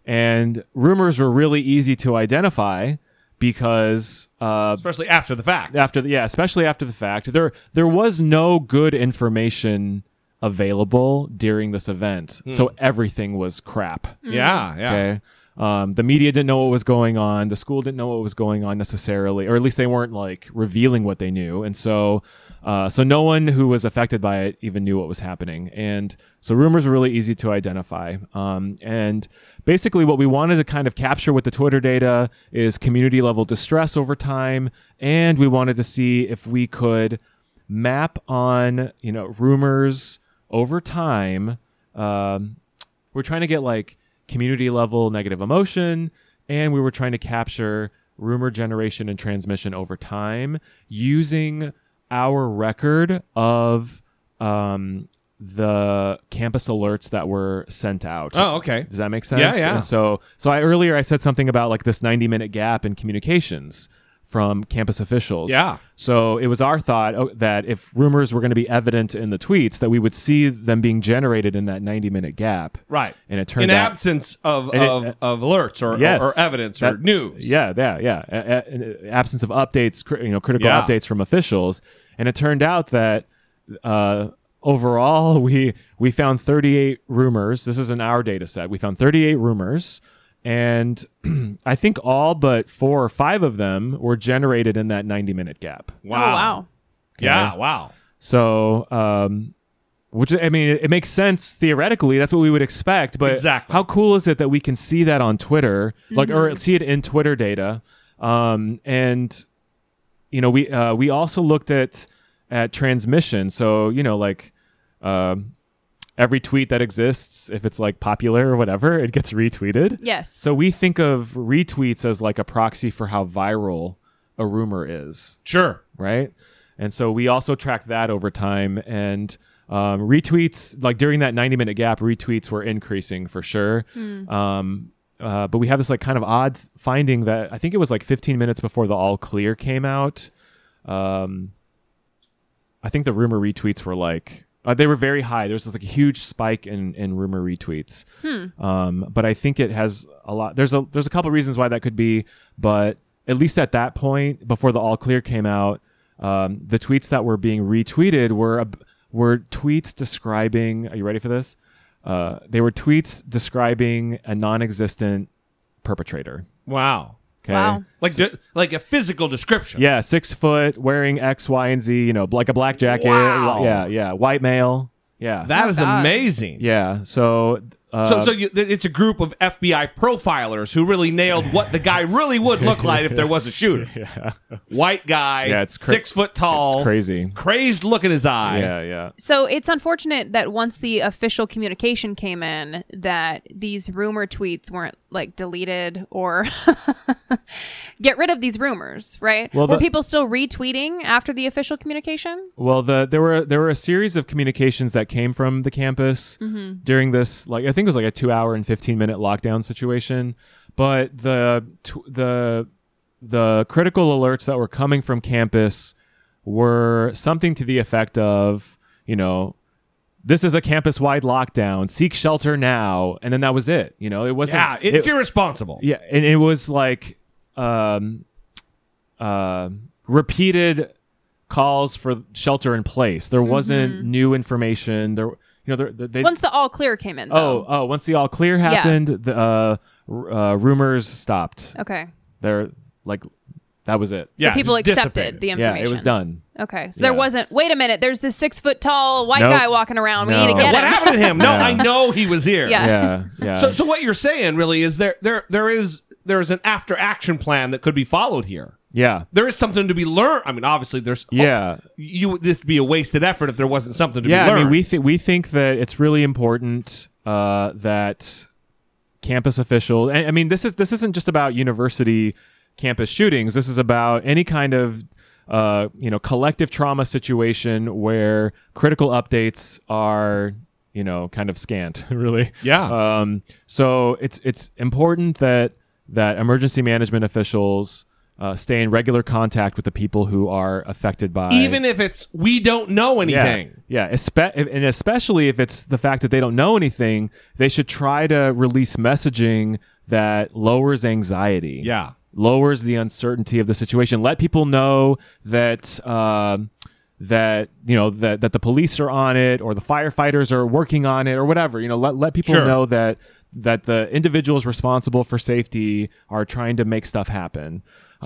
Speaker 4: And rumors were really easy to identify because uh,
Speaker 1: especially after the fact.
Speaker 4: after the, yeah, especially after the fact, there there was no good information available during this event, so everything was crap.
Speaker 1: Hmm. yeah, yeah.
Speaker 4: Okay. Um, the media didn't know what was going on. The school didn't know what was going on necessarily, or at least they weren't like revealing what they knew. And so, uh, so no one who was affected by it even knew what was happening. And so rumors were really easy to identify. Um, and basically, what we wanted to kind of capture with the Twitter data is community level distress over time. And we wanted to see if we could map on, you know, rumors over time. Um, we're trying to get like community level negative emotion and we were trying to capture rumor generation and transmission over time using our record of um, the campus alerts that were sent out
Speaker 1: Oh, okay.
Speaker 4: does that make sense?
Speaker 1: Yeah, yeah.
Speaker 4: And so, so I earlier I said something about like this 90 minute gap in communications from campus officials.
Speaker 1: Yeah.
Speaker 4: So it was our thought oh, that if rumors were going to be evident in the tweets, that we would see them being generated in that 90 minute gap.
Speaker 1: Right.
Speaker 4: And it turned
Speaker 1: In
Speaker 4: out
Speaker 1: absence of
Speaker 4: And it- uh,
Speaker 1: of, of alerts or,
Speaker 4: yes,
Speaker 1: or, evidence or
Speaker 4: That-
Speaker 1: news.
Speaker 4: Yeah, yeah, yeah. A- a- a- absence of updates, cri- you know, critical
Speaker 1: Yeah.
Speaker 4: updates from officials, and it turned out that uh, overall we we found 38 rumors. This is in our data set. We found 38 rumors, and I think all but four or five of them were generated in that 90 minute gap.
Speaker 1: Wow.
Speaker 3: Oh, wow.
Speaker 1: Yeah. Wow.
Speaker 4: So, um, which I mean, it, it makes sense theoretically. That's what we would expect. But
Speaker 1: Exactly.
Speaker 4: how cool is it that we can see that on Twitter, like, or see it in Twitter data? Um, and you know, we uh, we also looked at at transmission. So you know, like. Um, Every tweet that exists, if it's like popular or whatever, it gets retweeted.
Speaker 3: Yes.
Speaker 4: So we think of retweets as like a proxy for how viral a rumor is
Speaker 1: Sure.
Speaker 4: right? And so we also tracked that over time and um, retweets like during that 90 minute gap, retweets were increasing for sure. Um, uh, but we have this like kind of odd th- finding that I think it was like 15 minutes before the all clear came out. Um, I think the rumor retweets were like uh, they were very high. There was this, like a huge spike in in rumor retweets. Um, but I think it has a lot. There's a there's a couple reasons why that could be, but at least at that point, before the all clear came out, um, the tweets that were being retweeted were ab- were tweets describing. Are you ready for this? Uh, they were tweets describing a non-existent perpetrator.
Speaker 1: Wow.
Speaker 4: Okay.
Speaker 3: Wow.
Speaker 1: Like di- like a physical description.
Speaker 4: Yeah, six foot, wearing X, Y, and Z. You know, like a black jacket.
Speaker 1: Wow.
Speaker 4: Yeah, yeah, white male. Yeah,
Speaker 1: That is
Speaker 3: God.
Speaker 1: amazing.
Speaker 4: yeah. So, uh,
Speaker 1: So, so you, th- it's a group of FBI profilers who really nailed what the guy really would look like if there was a shooter. White guy,
Speaker 4: Yeah, it's cra-
Speaker 1: six foot tall,
Speaker 4: it's crazy.
Speaker 1: crazed look in his eye.
Speaker 4: Yeah, yeah.
Speaker 3: So it's unfortunate that once the official communication came in that these rumor tweets weren't like deleted or get rid of these rumors, right?
Speaker 4: Well,
Speaker 3: Were
Speaker 4: the-
Speaker 3: people still retweeting after the official communication?
Speaker 4: Well, the there were there were a series of communications that came from the campus during this like I think it was like a 2 hour and 15 minute lockdown situation, but the tw- the the critical alerts that were coming from campus were something to the effect of, you know, this is a campus-wide lockdown. Seek shelter now, and then that was it. You know, it wasn't.
Speaker 1: Yeah,
Speaker 4: it-
Speaker 1: it's irresponsible.
Speaker 4: yeah, and it was like um, uh, repeated calls for shelter in place. There wasn't new information. There, you know, there, there- they.
Speaker 3: Mm-hmm. Once the all clear came in,
Speaker 4: oh,
Speaker 3: though.
Speaker 4: oh, once the all clear happened, the uh, r- uh, rumors stopped.
Speaker 3: okay.
Speaker 4: There, like, that was it.
Speaker 1: Yeah,
Speaker 3: so people
Speaker 1: just dissipated.
Speaker 3: accepted the
Speaker 4: yeah,
Speaker 3: information.
Speaker 4: it was done.
Speaker 3: Okay, so
Speaker 4: Yeah.
Speaker 3: there wasn't. Wait a minute, there's this six foot tall white
Speaker 4: Nope.
Speaker 3: guy walking around. We need to
Speaker 4: No.
Speaker 3: get
Speaker 1: What
Speaker 3: him.
Speaker 1: happened to him? No,
Speaker 4: Yeah.
Speaker 1: I know he was here.
Speaker 3: Yeah.
Speaker 4: Yeah, yeah.
Speaker 1: So, so what you're saying really is there there there is there is an after action plan that could be followed here.
Speaker 4: yeah.
Speaker 1: There is something to be learned. I mean, obviously, there's oh,
Speaker 4: Yeah.
Speaker 1: you this would be a wasted effort if there wasn't something to
Speaker 4: yeah,
Speaker 1: be learned.
Speaker 4: I mean, we th- we think that it's really important uh, that campus officials. And, I mean, this is this isn't just about university campus shootings. This is about any kind of uh, you know collective trauma situation where critical updates are you know kind of scant really
Speaker 6: Yeah.
Speaker 4: um, so it's it's important that that emergency management officials uh, stay in regular contact with the people who are affected by
Speaker 1: Even if it's we don't know anything.
Speaker 4: yeah, yeah. Espe- and especially if it's the fact that they don't know anything, they should try to release messaging that lowers anxiety.
Speaker 1: Yeah.
Speaker 4: lowers the uncertainty of the situation. Let people know that uh, that you know that that the police are on it, or the firefighters are working on it, or whatever. You know, let let people
Speaker 6: Sure.
Speaker 4: know that that the individuals responsible for safety are trying to make stuff happen.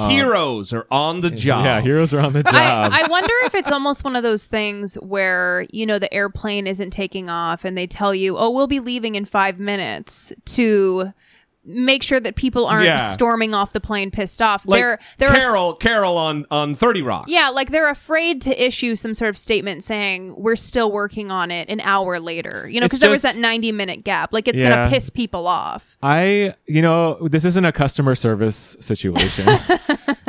Speaker 1: Heroes are on the job.
Speaker 4: Uh-huh. Yeah, heroes are on the job.
Speaker 3: I, I wonder if it's almost one of those things where you know the airplane isn't taking off and they tell you oh we'll be leaving in five minutes to make sure that people aren't
Speaker 1: Yeah.
Speaker 3: storming off the plane pissed off
Speaker 1: like
Speaker 3: they're they're af-
Speaker 1: Carol, Carol on on Thirty Rock.
Speaker 3: yeah like they're afraid to issue some sort of statement saying we're still working on it an hour later you know
Speaker 4: It's
Speaker 3: because there was
Speaker 4: just-
Speaker 3: that 90 minute gap like it's
Speaker 4: Yeah.
Speaker 3: gonna piss people off
Speaker 4: I, you know, this isn't a customer service situation.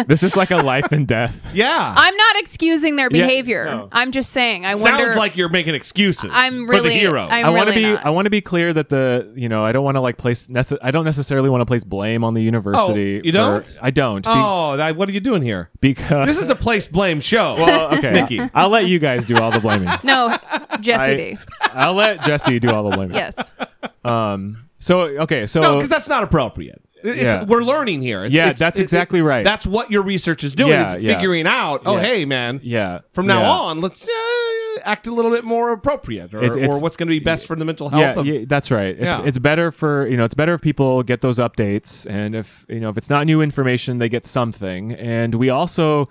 Speaker 4: this is like a life and death.
Speaker 1: Yeah.
Speaker 3: i'm not excusing their
Speaker 4: Yeah,
Speaker 3: behavior
Speaker 4: no.
Speaker 3: i'm just saying i
Speaker 1: Sounds
Speaker 3: wonder
Speaker 1: like you're making excuses
Speaker 3: I'm
Speaker 1: for the
Speaker 3: really-
Speaker 1: hero.
Speaker 3: I'm-
Speaker 4: I want to
Speaker 3: really
Speaker 4: be,
Speaker 3: not.
Speaker 4: I want to be clear that the, you know, I don't want to like place, nece- I don't necessarily want to place blame on the university.
Speaker 1: Oh, you don't?
Speaker 4: I don't. be-
Speaker 1: oh, that, what are you doing here?
Speaker 4: because
Speaker 1: This is a place blame show.
Speaker 4: well, okay,
Speaker 1: Nikki.
Speaker 4: I'll let you guys do all the blaming.
Speaker 3: no jesse d
Speaker 4: I, will let Jesse do all the blaming.
Speaker 3: yes
Speaker 4: Um. So okay. So
Speaker 1: no, because that's not appropriate. It's,
Speaker 4: Yeah.
Speaker 1: We're learning here. It's,
Speaker 4: Yeah,
Speaker 1: it's-
Speaker 4: that's
Speaker 1: it- it-
Speaker 4: exactly right.
Speaker 1: That's what your research is doing.
Speaker 4: Yeah,
Speaker 1: it's
Speaker 4: yeah.
Speaker 1: figuring out. Oh,
Speaker 4: Yeah.
Speaker 1: hey, man.
Speaker 4: yeah.
Speaker 1: From now
Speaker 4: yeah.
Speaker 1: on, let's uh, act a little bit more appropriate, or,
Speaker 4: It- it's-
Speaker 1: or what's going to be best for the mental health.
Speaker 4: yeah,
Speaker 1: of,
Speaker 4: yeah, that's right. It's,
Speaker 1: Yeah.
Speaker 4: it's better for you know it's better if people get those updates, and if you know if it's not new information, they get something. And we also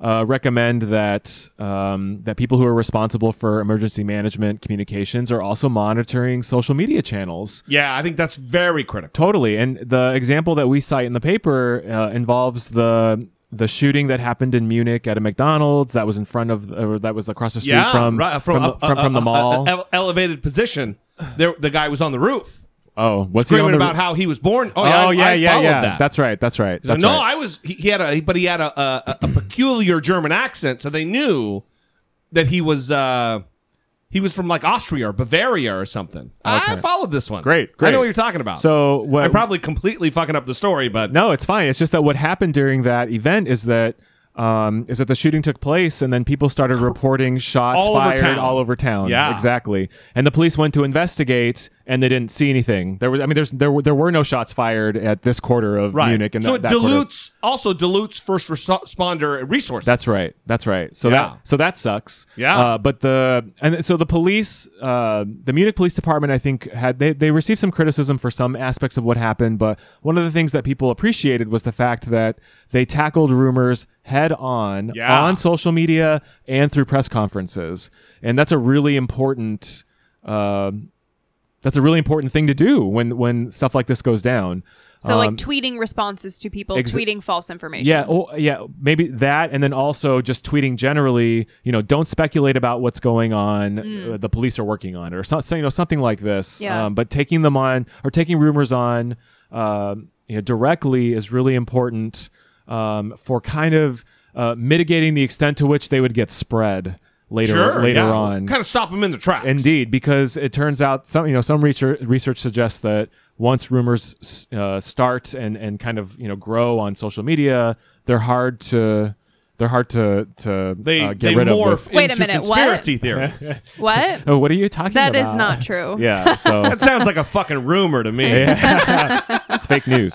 Speaker 4: uh, recommend that um, that people who are responsible for emergency management communications are also monitoring social media channels.
Speaker 1: yeah, I think that's very critical.
Speaker 4: Totally. And the example that we cite in the paper uh, involves the the shooting that happened in Munich at a McDonald's that was in front of or that was across the street
Speaker 1: yeah,
Speaker 4: from,
Speaker 1: right,
Speaker 4: from,
Speaker 1: up-
Speaker 4: the- from,
Speaker 1: uh,
Speaker 4: from the
Speaker 1: uh, uh,
Speaker 4: mall.
Speaker 1: ele- elevated position. There, the guy was on the roof
Speaker 4: oh, what's he on
Speaker 1: screaming
Speaker 4: the-
Speaker 1: about how he was born. Oh, yeah,
Speaker 4: Oh
Speaker 1: I-
Speaker 4: yeah,
Speaker 1: I
Speaker 4: yeah,
Speaker 1: followed
Speaker 4: yeah.
Speaker 1: That.
Speaker 4: That's right. That's right.
Speaker 1: So,
Speaker 4: That's
Speaker 1: no,
Speaker 4: right.
Speaker 1: I was. He, he had a, but he had a a, a- a peculiar German accent, so they knew that he was uh he was from like Austria or Bavaria or something. I followed this one.
Speaker 4: Great,
Speaker 1: I know
Speaker 4: great.
Speaker 1: what you're talking about.
Speaker 4: so uh, what?
Speaker 1: I'm probably completely fucking up the story, but
Speaker 4: no, it's fine. It's just that what happened during that event is that um, is that the shooting took place, and then people started reporting shots
Speaker 1: All over
Speaker 4: fired
Speaker 1: town.
Speaker 4: all over town.
Speaker 1: Yeah.
Speaker 4: exactly. And the police went to investigate, and they didn't see anything. There was, I mean, there's there were, there were no shots fired at this quarter of
Speaker 1: right.
Speaker 4: Munich, and
Speaker 1: so
Speaker 4: that,
Speaker 1: it
Speaker 4: that quarter.
Speaker 1: dilutes also dilutes first responder resources.
Speaker 4: That's right. That's right. So
Speaker 1: Yeah.
Speaker 4: that so that sucks.
Speaker 1: Yeah.
Speaker 4: Uh, but the and so the police, uh, the Munich Police Department, I think had they they received some criticism for some aspects of what happened, but one of the things that people appreciated was the fact that they tackled rumors head on
Speaker 1: Yeah.
Speaker 4: on social media and through press conferences, and that's a really important. um that's a really important thing to do when when stuff like this goes down.
Speaker 3: So
Speaker 4: Um,
Speaker 3: like tweeting responses to people,
Speaker 4: exa-
Speaker 3: tweeting false information.
Speaker 4: Yeah, oh, yeah, maybe that, and then also just tweeting generally. You know, don't speculate about what's going on. Uh, the police are working on it, or something. You know, something like this.
Speaker 3: Yeah.
Speaker 4: Um, but taking them on or taking rumors on, um, you know, directly is really important um, for kind of uh, mitigating the extent to which they would get spread later
Speaker 1: Sure.
Speaker 4: later
Speaker 1: yeah.
Speaker 4: on.
Speaker 1: kind of stop him in the tracks.
Speaker 4: Indeed, because it turns out some you know some research research suggests that once rumors uh, start and and kind of you know grow on social media, they're hard to they're hard to to
Speaker 1: They
Speaker 4: uh, get
Speaker 1: they
Speaker 4: rid
Speaker 1: morph
Speaker 4: of. with-
Speaker 1: into
Speaker 3: Wait a minute, what?
Speaker 1: conspiracy theories.
Speaker 3: What?
Speaker 4: oh, what are you talking
Speaker 3: That
Speaker 4: about?
Speaker 3: is not true.
Speaker 4: Yeah, so
Speaker 1: that sounds like a fucking rumor to me.
Speaker 4: it's fake news.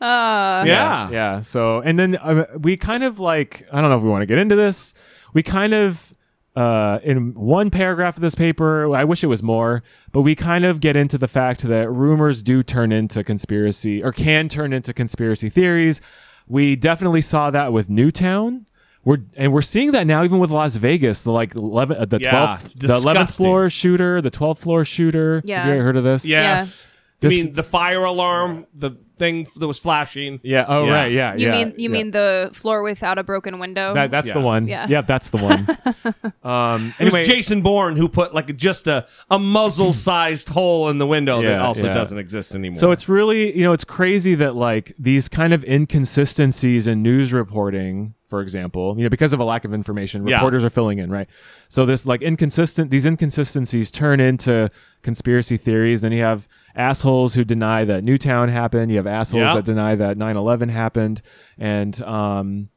Speaker 1: yeah.
Speaker 4: yeah. So and then uh, we kind of like I don't know if we want to get into this. We kind of uh, in one paragraph of this paper, I wish it was more, but we kind of get into the fact that rumors do turn into conspiracy or can turn into conspiracy theories. We definitely saw that with Newtown. We're, and we're seeing that now even with Las Vegas, the like 11, uh, the
Speaker 1: Yeah,
Speaker 4: 12th,
Speaker 1: it's
Speaker 4: the 11th
Speaker 1: disgusting.
Speaker 4: floor shooter, the 12th floor shooter.
Speaker 3: Yeah.
Speaker 4: Have you ever heard of this?
Speaker 1: Yes. I
Speaker 4: This-
Speaker 1: mean, the fire alarm, the thing that was flashing.
Speaker 4: Yeah. Oh,
Speaker 1: Yeah.
Speaker 4: right. Yeah.
Speaker 3: You
Speaker 4: yeah,
Speaker 3: mean you
Speaker 4: yeah.
Speaker 3: mean the floor without a broken window?
Speaker 4: That, that's the
Speaker 1: Um, Yeah.
Speaker 4: one.
Speaker 3: Yeah.
Speaker 4: Yep, that's the one. um,
Speaker 1: It was
Speaker 4: anyway,
Speaker 1: Jason Bourne who put like just a, a muzzle sized hole in the window that
Speaker 4: Yeah,
Speaker 1: also
Speaker 4: yeah.
Speaker 1: doesn't exist anymore.
Speaker 4: so it's really, you know, it's crazy that like these kind of inconsistencies in news reporting for example, you know, because of a lack of information,
Speaker 1: Yeah.
Speaker 4: reporters are filling in, right? So this like inconsistent, these inconsistencies turn into conspiracy theories. Then you have assholes who deny that Newtown happened. You have assholes
Speaker 1: Yeah.
Speaker 4: that deny that 9/11 happened, and um,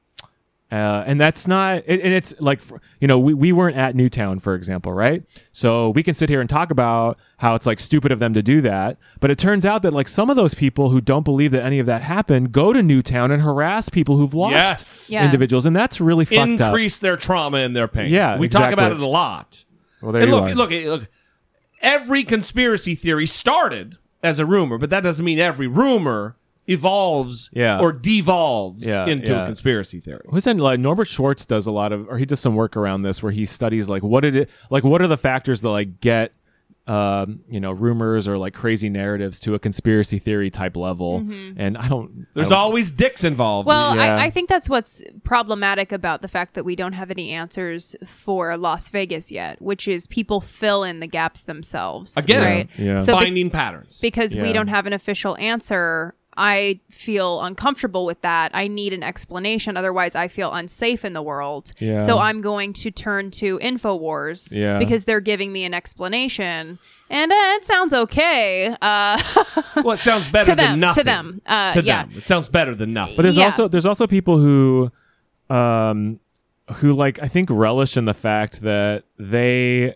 Speaker 4: uh, and that's not, it, and it's like, f- you know, we, we weren't at Newtown, for example, right? So we can sit here and talk about how it's like stupid of them to do that. But it turns out that like some of those people who don't believe that any of that happened go to Newtown and harass people who've lost
Speaker 1: Yes.
Speaker 3: Yeah.
Speaker 4: individuals. And that's really fucked up.
Speaker 1: Increase their trauma and their pain.
Speaker 4: Yeah,
Speaker 1: we talk
Speaker 4: exactly.
Speaker 1: about it a lot.
Speaker 4: Well, there
Speaker 1: And
Speaker 4: you
Speaker 1: look,
Speaker 4: are.
Speaker 1: look, look. Every conspiracy theory started as a rumor, but that doesn't mean every rumor evolves
Speaker 4: Yeah.
Speaker 1: or devolves
Speaker 4: Yeah,
Speaker 1: into a
Speaker 4: yeah.
Speaker 1: conspiracy theory.
Speaker 4: Who's in like Norbert Schwartz does a lot of, or he does some work around this where he studies like what did it like what are the factors that like get um you know rumors or like crazy narratives to a conspiracy theory type level and I don't
Speaker 1: There's
Speaker 4: I-
Speaker 1: always dicks involved.
Speaker 3: Well,
Speaker 4: Yeah.
Speaker 3: I, I think that's what's problematic about the fact that we don't have any answers for Las Vegas yet, which is people fill in the gaps themselves.
Speaker 1: Again.
Speaker 3: right?
Speaker 4: Yeah.
Speaker 3: So be-
Speaker 1: finding patterns.
Speaker 3: because we
Speaker 4: Yeah.
Speaker 3: don't have an official answer, I feel uncomfortable with that. I need an explanation. Otherwise, I feel unsafe in the world.
Speaker 4: Yeah.
Speaker 3: So I'm going to turn to InfoWars
Speaker 4: Yeah.
Speaker 3: because they're giving me an explanation. And uh, it sounds okay. Uh,
Speaker 1: well, it sounds better
Speaker 3: to
Speaker 1: than
Speaker 3: them, to
Speaker 1: nothing.
Speaker 3: them, uh,
Speaker 1: to
Speaker 3: yeah.
Speaker 1: them. It sounds better than nothing.
Speaker 4: But there's
Speaker 3: Yeah.
Speaker 4: also there's also people who, um, who like I think relish in the fact that they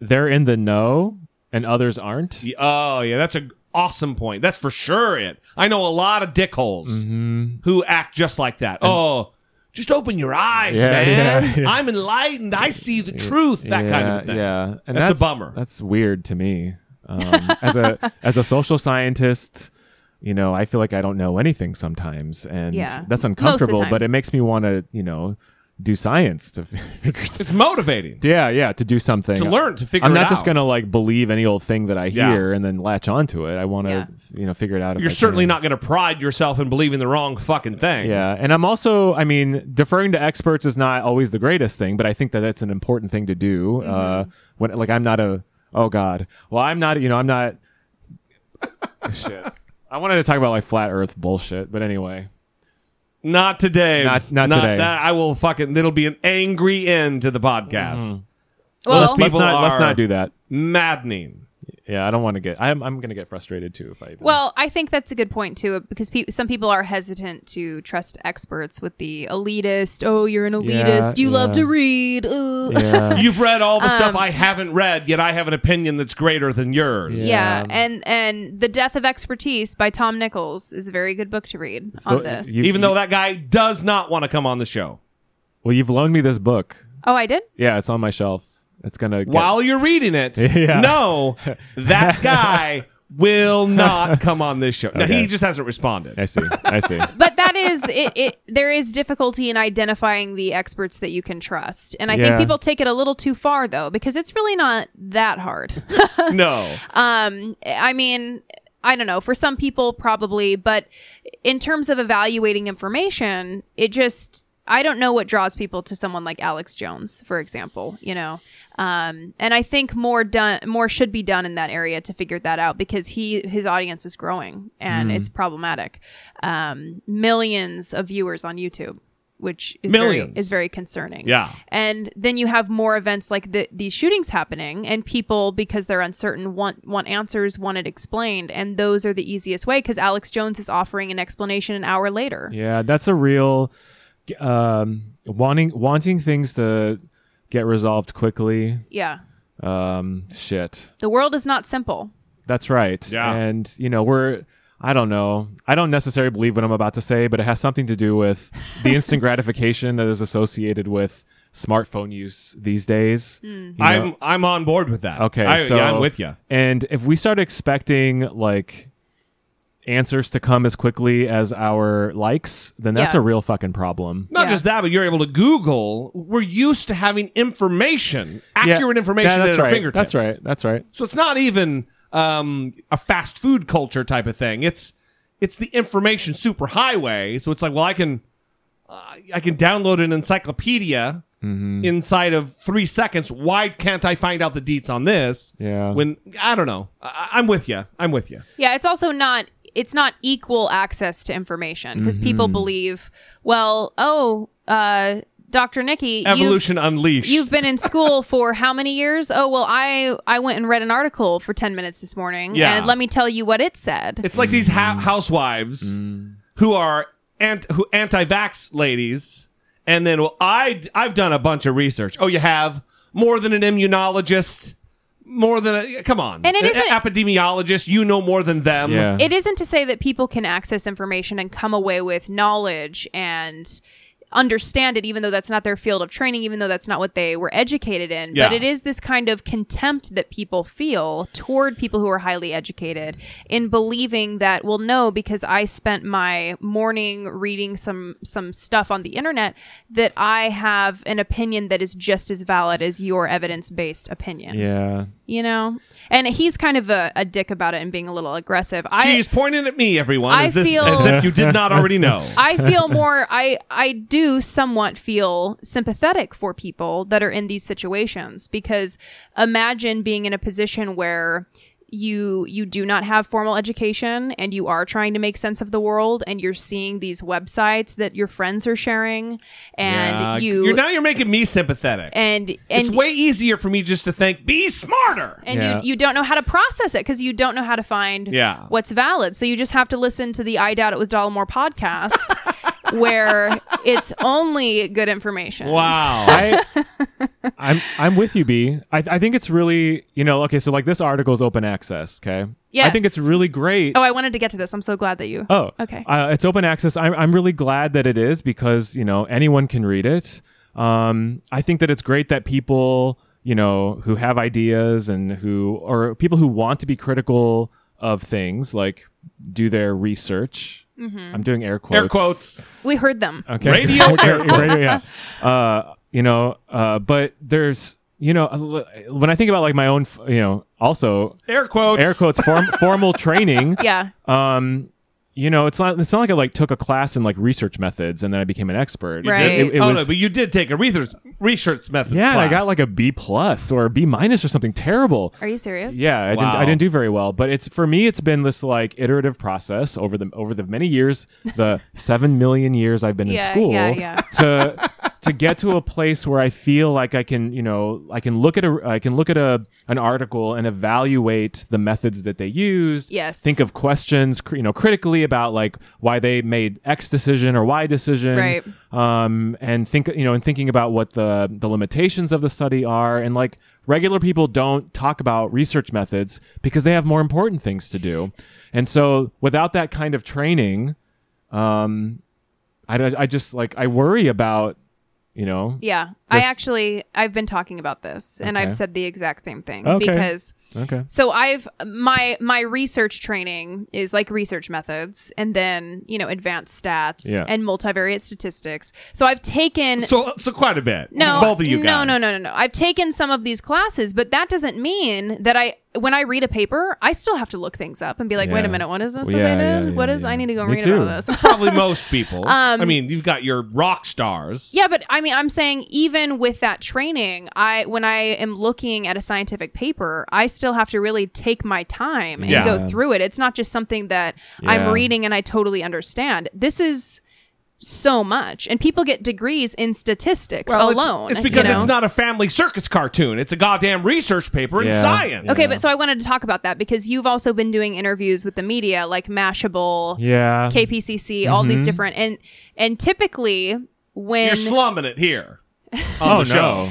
Speaker 4: they're in the know and others aren't.
Speaker 1: Yeah, Oh yeah, that's an awesome point. That's for sure it. I know a lot of dickholes
Speaker 4: Mm-hmm.
Speaker 1: who act just like that. oh, just open your eyes,
Speaker 4: Yeah,
Speaker 1: man.
Speaker 4: yeah, yeah.
Speaker 1: I'm enlightened. I see the truth. That
Speaker 4: yeah,
Speaker 1: kind of thing.
Speaker 4: Yeah, and
Speaker 1: That's a bummer.
Speaker 4: That's weird to me. Um, as a as a social scientist, you know, I feel like I don't know anything sometimes, and
Speaker 3: Yeah. Most of
Speaker 4: that's
Speaker 3: the
Speaker 4: uncomfortable.
Speaker 3: time.
Speaker 4: But it makes me want to, you know, do science to figure. stuff
Speaker 1: It's motivating.
Speaker 4: Yeah, yeah, to do something.
Speaker 1: To learn, to figure
Speaker 4: I'm
Speaker 1: it
Speaker 4: not just
Speaker 1: out.
Speaker 4: gonna like believe any old thing that I
Speaker 1: Yeah.
Speaker 4: hear and then latch onto it. I want to,
Speaker 3: Yeah.
Speaker 4: you know, figure it out. if
Speaker 1: You're
Speaker 4: I
Speaker 1: certainly
Speaker 4: can.
Speaker 1: not going to pride yourself in believing the wrong fucking thing.
Speaker 4: Yeah, and I'm also, I mean, deferring to experts is not always the greatest thing, but I think that that's an important thing to do. Uh,
Speaker 1: Mm-hmm.
Speaker 4: when like I'm not a, oh god, well I'm not, you know, I'm not. shit, I wanted to talk about like flat Earth bullshit, but anyway,
Speaker 1: Not today.
Speaker 4: Not- not today.
Speaker 1: That, I will fucking. It'll be an angry end to the podcast.
Speaker 3: well,
Speaker 1: Let's be-
Speaker 4: let's
Speaker 1: People
Speaker 4: not let's
Speaker 1: are-
Speaker 4: not do that.
Speaker 1: Maddening.
Speaker 4: Yeah, I don't want to get. I'm I'm gonna get frustrated too if I. even-
Speaker 3: Well, I think that's a good point too, because pe- some people are hesitant to trust experts with the elitist. Oh, you're an elitist. you love
Speaker 4: yeah.
Speaker 3: to read. Ooh.
Speaker 4: yeah.
Speaker 1: You've read all the stuff I haven't read, yet I have an opinion that's greater than yours.
Speaker 4: Yeah.
Speaker 3: Yeah, and and the death of expertise by Tom Nichols is a very good book to read
Speaker 4: So, uh,
Speaker 3: on this.
Speaker 4: you-
Speaker 1: Even though that guy does not want to come on the show.
Speaker 4: well, you've loaned me this book.
Speaker 3: oh, I did.
Speaker 4: Yeah, it's on my shelf. It's gonna. Get,
Speaker 1: while you're reading it,
Speaker 4: Yeah.
Speaker 1: no, that guy will not come on this show. No, he just hasn't responded.
Speaker 4: I see. I see.
Speaker 3: But that is it, it. There is difficulty in identifying the experts that you can trust, and I
Speaker 4: Yeah.
Speaker 3: think people take it a little too far though, because it's really not that hard.
Speaker 1: No.
Speaker 3: Um, I mean, I don't know for some people probably, but in terms of evaluating information, it just I don't know what draws people to someone like Alex Jones, for example. You know, um, and I think more done more should be done in that area to figure that out because he his audience is growing and
Speaker 1: Mm.
Speaker 3: it's problematic. Um, millions of viewers on YouTube. Which is very,
Speaker 1: Millions.
Speaker 3: is very concerning.
Speaker 1: Yeah.
Speaker 3: And then you have more events like the, these shootings happening, and people, because they're uncertain, want want answers, want it explained, and those are the easiest way because Alex Jones is offering an explanation an hour later.
Speaker 4: Yeah, that's a real um, wanting wanting things to get resolved quickly.
Speaker 3: Yeah.
Speaker 4: Um, shit,
Speaker 3: the world is not simple.
Speaker 4: that's right.
Speaker 1: Yeah.
Speaker 4: and you know we're. I don't know. I don't necessarily believe what I'm about to say, but it has something to do with the instant gratification that is associated with smartphone use these days. You know?
Speaker 1: I'm I'm on board with that.
Speaker 4: Okay,
Speaker 1: I,
Speaker 4: so
Speaker 1: yeah, I'm with you.
Speaker 4: And if we start expecting like answers to come as quickly as our likes, then that's
Speaker 3: Yeah.
Speaker 4: a real fucking problem.
Speaker 1: Not
Speaker 3: Yeah.
Speaker 1: just that, but you're able to Google. We're used to having information, accurate
Speaker 4: Yeah.
Speaker 1: information
Speaker 4: Yeah,
Speaker 1: at
Speaker 4: that's
Speaker 1: our
Speaker 4: right.
Speaker 1: fingertips.
Speaker 4: That's right. That's right.
Speaker 1: So it's not even um, a fast food culture type of thing. It's it's the information superhighway. So it's like, well, I can uh, I can download an encyclopedia inside of three seconds. Why can't I find out the deets on this?
Speaker 4: Yeah.
Speaker 1: When I don't know. I, I'm with you. I'm with you.
Speaker 3: Yeah, it's also not
Speaker 1: Mm-hmm.
Speaker 3: it's not equal access to information because people believe, well, oh, uh, Dr. Nikki, you've-
Speaker 1: Evolution Unleashed.
Speaker 3: You've been in school for how many years? Oh well, I I went and read an article for ten minutes this morning,
Speaker 1: Yeah.
Speaker 3: and let me tell you what it said.
Speaker 1: It's like these ha- housewives who are ant- who anti-vax ladies, and then well, I I've done a bunch of research. Oh, you have more than an immunologist, more than a come on,
Speaker 3: And it
Speaker 1: An
Speaker 3: isn't-
Speaker 1: epidemiologist. You know more than them.
Speaker 4: Yeah.
Speaker 3: it isn't to say that people can access information and come away with knowledge and understand it even though that's not their field of training even though that's not what they were educated in
Speaker 1: Yeah.
Speaker 3: but it is this kind of contempt that people feel toward people who are highly educated in believing that well no because i spent my morning reading some some stuff on the internet that i have an opinion that is just as valid as your evidence-based opinion
Speaker 4: yeah.
Speaker 3: you know and he's kind of a, a dick about it and being a little aggressive i
Speaker 1: She's pointing at me, everyone.
Speaker 3: I
Speaker 1: as this
Speaker 3: feel-
Speaker 1: as if you did not already know?
Speaker 3: I feel more I I do somewhat feel sympathetic for people that are in these situations because imagine being in a position where you you do not have formal education and you are trying to make sense of the world and you're seeing these websites that your friends are sharing and
Speaker 4: Yeah,
Speaker 3: you
Speaker 1: Uh, You're now you're making me sympathetic.
Speaker 3: and and
Speaker 1: it's way easier for me just to think, be smarter.
Speaker 3: and
Speaker 4: Yeah.
Speaker 3: you, you don't know how to process it because you don't know how to find
Speaker 1: Yeah.
Speaker 3: what's valid. So you just have to listen to the I Doubt It with Dollamore podcast where it's only good information.
Speaker 1: wow.
Speaker 4: I, I'm I'm with you, B. I, I think it's really you know okay. So like this article is open access. Okay. I think it's
Speaker 3: Yes.
Speaker 4: really great.
Speaker 3: Oh, I wanted to get to this. I'm so glad that you.
Speaker 4: Oh,
Speaker 3: Okay.
Speaker 4: Uh, it's open access. I'm I'm really glad that it is because you know anyone can read it. Um, I think that it's great that people you know who have ideas and who or people who want to be critical of things like do their research.
Speaker 3: Mm-hmm.
Speaker 4: I'm doing air quotes.
Speaker 1: Air quotes.
Speaker 3: we heard them.
Speaker 4: Okay.
Speaker 1: Radio air
Speaker 4: radio, yeah. Uh, you know, uh, but there's, you know, uh, when I think about like my own, f- you know, also
Speaker 1: Air quotes.
Speaker 4: air quotes form, formal training.
Speaker 3: Yeah.
Speaker 4: Um, you know, it's not it's not like I like took a class in like research methods and then I became an expert.
Speaker 3: You did?
Speaker 4: It, it
Speaker 1: oh
Speaker 4: was,
Speaker 1: no, but you did take a research research method.
Speaker 4: yeah, and I got like a B plus or a B minus or something terrible.
Speaker 3: Are you serious?
Speaker 4: Yeah, I didn't.
Speaker 1: Wow.
Speaker 4: I didn't do very well, but it's for me. It's been this like iterative process over the over the many years, the seven million years I've been
Speaker 3: Yeah,
Speaker 4: in school,
Speaker 3: yeah, yeah.
Speaker 4: to to get to a place where I feel like I can, you know, I can look at a I can look at a an article and evaluate the methods that they used.
Speaker 3: Yes.
Speaker 4: think of questions, cr- you know, critically about like why they made X decision or Y decision,
Speaker 3: Right.
Speaker 4: um, and think you know, and thinking about what the the limitations of the study are, and like regular people don't talk about research methods because they have more important things to do, and so without that kind of training, um, I don't- I just like I worry about you know
Speaker 3: Yeah. I
Speaker 4: This-
Speaker 3: actually I've been talking about this and
Speaker 4: Okay.
Speaker 3: I've said the exact same thing
Speaker 4: Okay.
Speaker 3: because
Speaker 4: okay
Speaker 3: So I've my my research training is like research methods and then, you know, advanced stats
Speaker 4: Yeah.
Speaker 3: and multivariate statistics. So I've taken
Speaker 1: so so quite a bit.
Speaker 3: no,
Speaker 1: both of you guys.
Speaker 3: No, no, no, no, no. I've taken some of these classes, but that doesn't mean that I when I read a paper, I still have to look things up and be like, wait a
Speaker 4: Yeah.
Speaker 3: minute, what is this that
Speaker 4: Well, yeah,
Speaker 3: they
Speaker 4: yeah,
Speaker 3: did?
Speaker 4: yeah,
Speaker 3: What is?
Speaker 4: yeah.
Speaker 3: I need to go
Speaker 4: Me
Speaker 3: read
Speaker 4: too.
Speaker 3: about this.
Speaker 1: Probably most people.
Speaker 3: Um,
Speaker 1: I mean, you've got your rock stars.
Speaker 3: Yeah, but I mean, I'm saying even with that training, I when I am looking at a scientific paper, I still have to really take my time and
Speaker 1: Yeah.
Speaker 3: go through it. It's not just something that I'm
Speaker 4: Yeah.
Speaker 3: reading and I totally understand. This is so much, and people get degrees in statistics
Speaker 1: Well, it's-
Speaker 3: alone.
Speaker 1: It's, because
Speaker 3: you know?
Speaker 1: it's not a family circus cartoon. It's a goddamn research paper in
Speaker 4: Yeah.
Speaker 1: science.
Speaker 3: Okay, but so I wanted to talk about that because you've also been doing interviews with the media, like Mashable,
Speaker 4: yeah Mm-hmm.
Speaker 3: KPCC, all these different, and and typically when
Speaker 1: you're slumming it here.
Speaker 4: oh
Speaker 1: the
Speaker 4: no
Speaker 1: show.
Speaker 4: no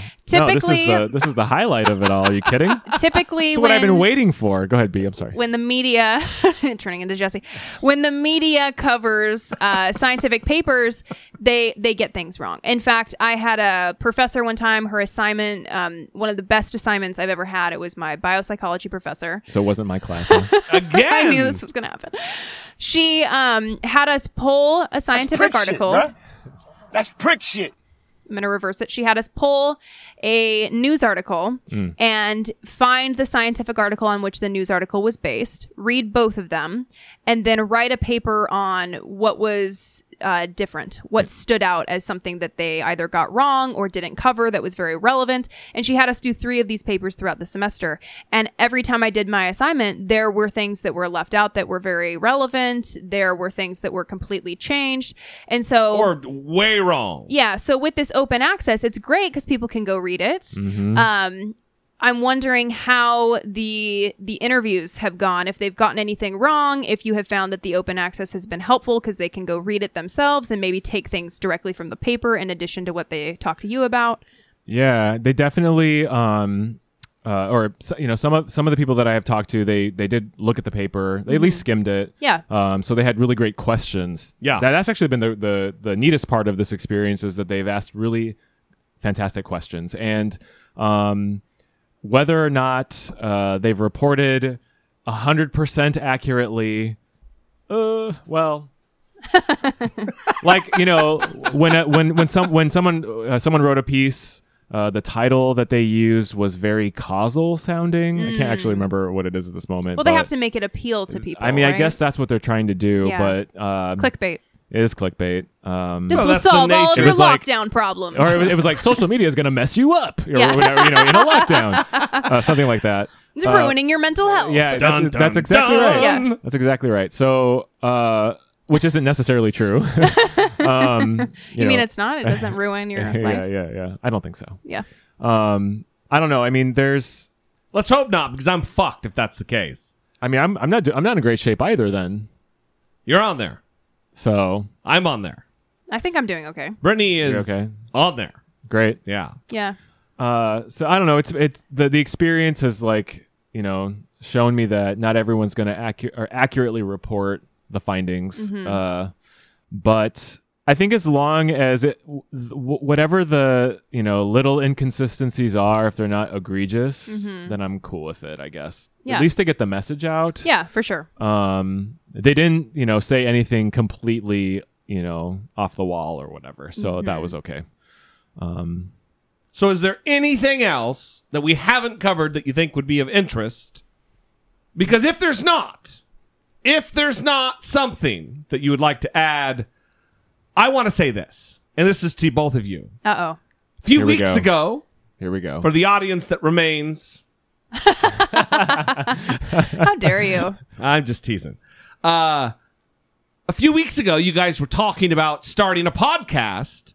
Speaker 4: this is
Speaker 3: Typically-
Speaker 4: the this is the highlight of it all. Are you kidding?
Speaker 3: typically
Speaker 4: It's
Speaker 3: when
Speaker 4: what I've been waiting for. Go ahead, B. I'm sorry.
Speaker 3: when the media turning into Jesse, when the media covers uh, scientific papers, they they get things wrong. In fact, I had a professor one time. Her assignment, um, one of the best assignments I've ever had. It was my biopsychology professor.
Speaker 4: So it wasn't my class. huh?
Speaker 1: Again,
Speaker 3: I knew this was going to happen. She um, had us pull a scientific
Speaker 5: prick shit,
Speaker 3: article.
Speaker 5: bruh. That's prick shit.
Speaker 3: I'm going to reverse it. She had us pull a news article and find the scientific article on which the news article was based, read both of them, and then write a paper on what was uh, different, what stood out as something that they either got wrong or didn't cover that was very relevant. And she had us do three of these papers throughout the semester. And every time I did my assignment, there were things that were left out that were very relevant. There were things that were completely changed. And so,
Speaker 1: or way wrong.
Speaker 3: yeah, so with this open access, it's great because people can go read it.
Speaker 4: Mm-hmm.
Speaker 3: Um, I'm wondering how the the interviews have gone. If they've gotten anything wrong, if you have found that the open access has been helpful because they can go read it themselves and maybe take things directly from the paper in addition to what they talk to you about.
Speaker 4: Yeah, they definitely um uh, or s- you know some of some of the people that I have talked to they they did look at the paper. They at least skimmed it.
Speaker 3: Yeah.
Speaker 4: Um so they had really great questions.
Speaker 1: Yeah.
Speaker 4: That, that's actually been the, the the neatest part of this experience is that they've asked really fantastic questions and um whether or not uh they've reported 100% accurately uh well like you know when uh, when when some when someone uh, someone wrote a piece uh, the title that they used was very causal sounding. I can't actually remember what it is at this moment.
Speaker 3: Hmm. Well, they
Speaker 4: but-
Speaker 3: have to make it appeal to people.
Speaker 4: I mean, I
Speaker 3: right?
Speaker 4: guess that's what they're trying to do,
Speaker 3: Yeah.
Speaker 4: but um,
Speaker 3: clickbait.
Speaker 4: it is clickbait. Um,
Speaker 3: This
Speaker 1: Well,
Speaker 3: will
Speaker 1: that's the
Speaker 3: solve all of
Speaker 1: nature.
Speaker 4: It
Speaker 3: your
Speaker 4: was like-
Speaker 3: lockdown problems.
Speaker 4: or it was, it was like social media is going to mess you up, or
Speaker 3: Yeah.
Speaker 4: whatever, you know, in a lockdown, uh, something like that.
Speaker 3: it's
Speaker 4: Uh,
Speaker 3: ruining your mental health.
Speaker 1: Dun,
Speaker 4: Yeah, that's, e-,
Speaker 1: dun,
Speaker 4: that's exactly
Speaker 1: dun.
Speaker 4: right.
Speaker 3: Yeah.
Speaker 4: That's exactly right. So, uh, which isn't necessarily true. um,
Speaker 3: You, mean
Speaker 4: know.
Speaker 3: it's not? It doesn't ruin your life.
Speaker 4: yeah, yeah, yeah. I don't think so.
Speaker 3: yeah.
Speaker 4: Um, I don't know. I mean, there's.
Speaker 1: Let's hope not, because I'm fucked if that's the case.
Speaker 4: I mean, I'm I'm not do- I'm not in great shape either. Then
Speaker 1: You're on there.
Speaker 4: so
Speaker 1: I'm on there.
Speaker 3: I think I'm doing okay.
Speaker 1: Brittany is
Speaker 4: You're okay.
Speaker 1: on there.
Speaker 4: great.
Speaker 1: Yeah.
Speaker 3: Yeah.
Speaker 4: Uh, so I don't know. It's it's the the experience has like you know shown me that not everyone's going to accu- or accurately report the findings.
Speaker 3: Mm-hmm.
Speaker 4: Uh, but I think as long as it w- th- w- whatever the you know little inconsistencies are, if they're not egregious, then I'm cool with it. I guess.
Speaker 3: Mm-hmm. Yeah.
Speaker 4: At least they get the message out.
Speaker 3: Yeah, for sure.
Speaker 4: um they didn't you know say anything completely you know off the wall or whatever so
Speaker 3: Mm-hmm.
Speaker 4: that was okay
Speaker 1: So is there anything else that we haven't covered that you think would be of interest? Because if there's not, if there's not something that you would like to add, I want to say this, and this is to both of you.
Speaker 3: Uh oh.
Speaker 1: A few
Speaker 4: Here we
Speaker 1: weeks
Speaker 4: go.
Speaker 1: ago,
Speaker 4: here we go
Speaker 1: for the audience that remains,
Speaker 3: How dare you?
Speaker 1: I'm just teasing. Uh, a few weeks ago, you guys were talking about starting a podcast,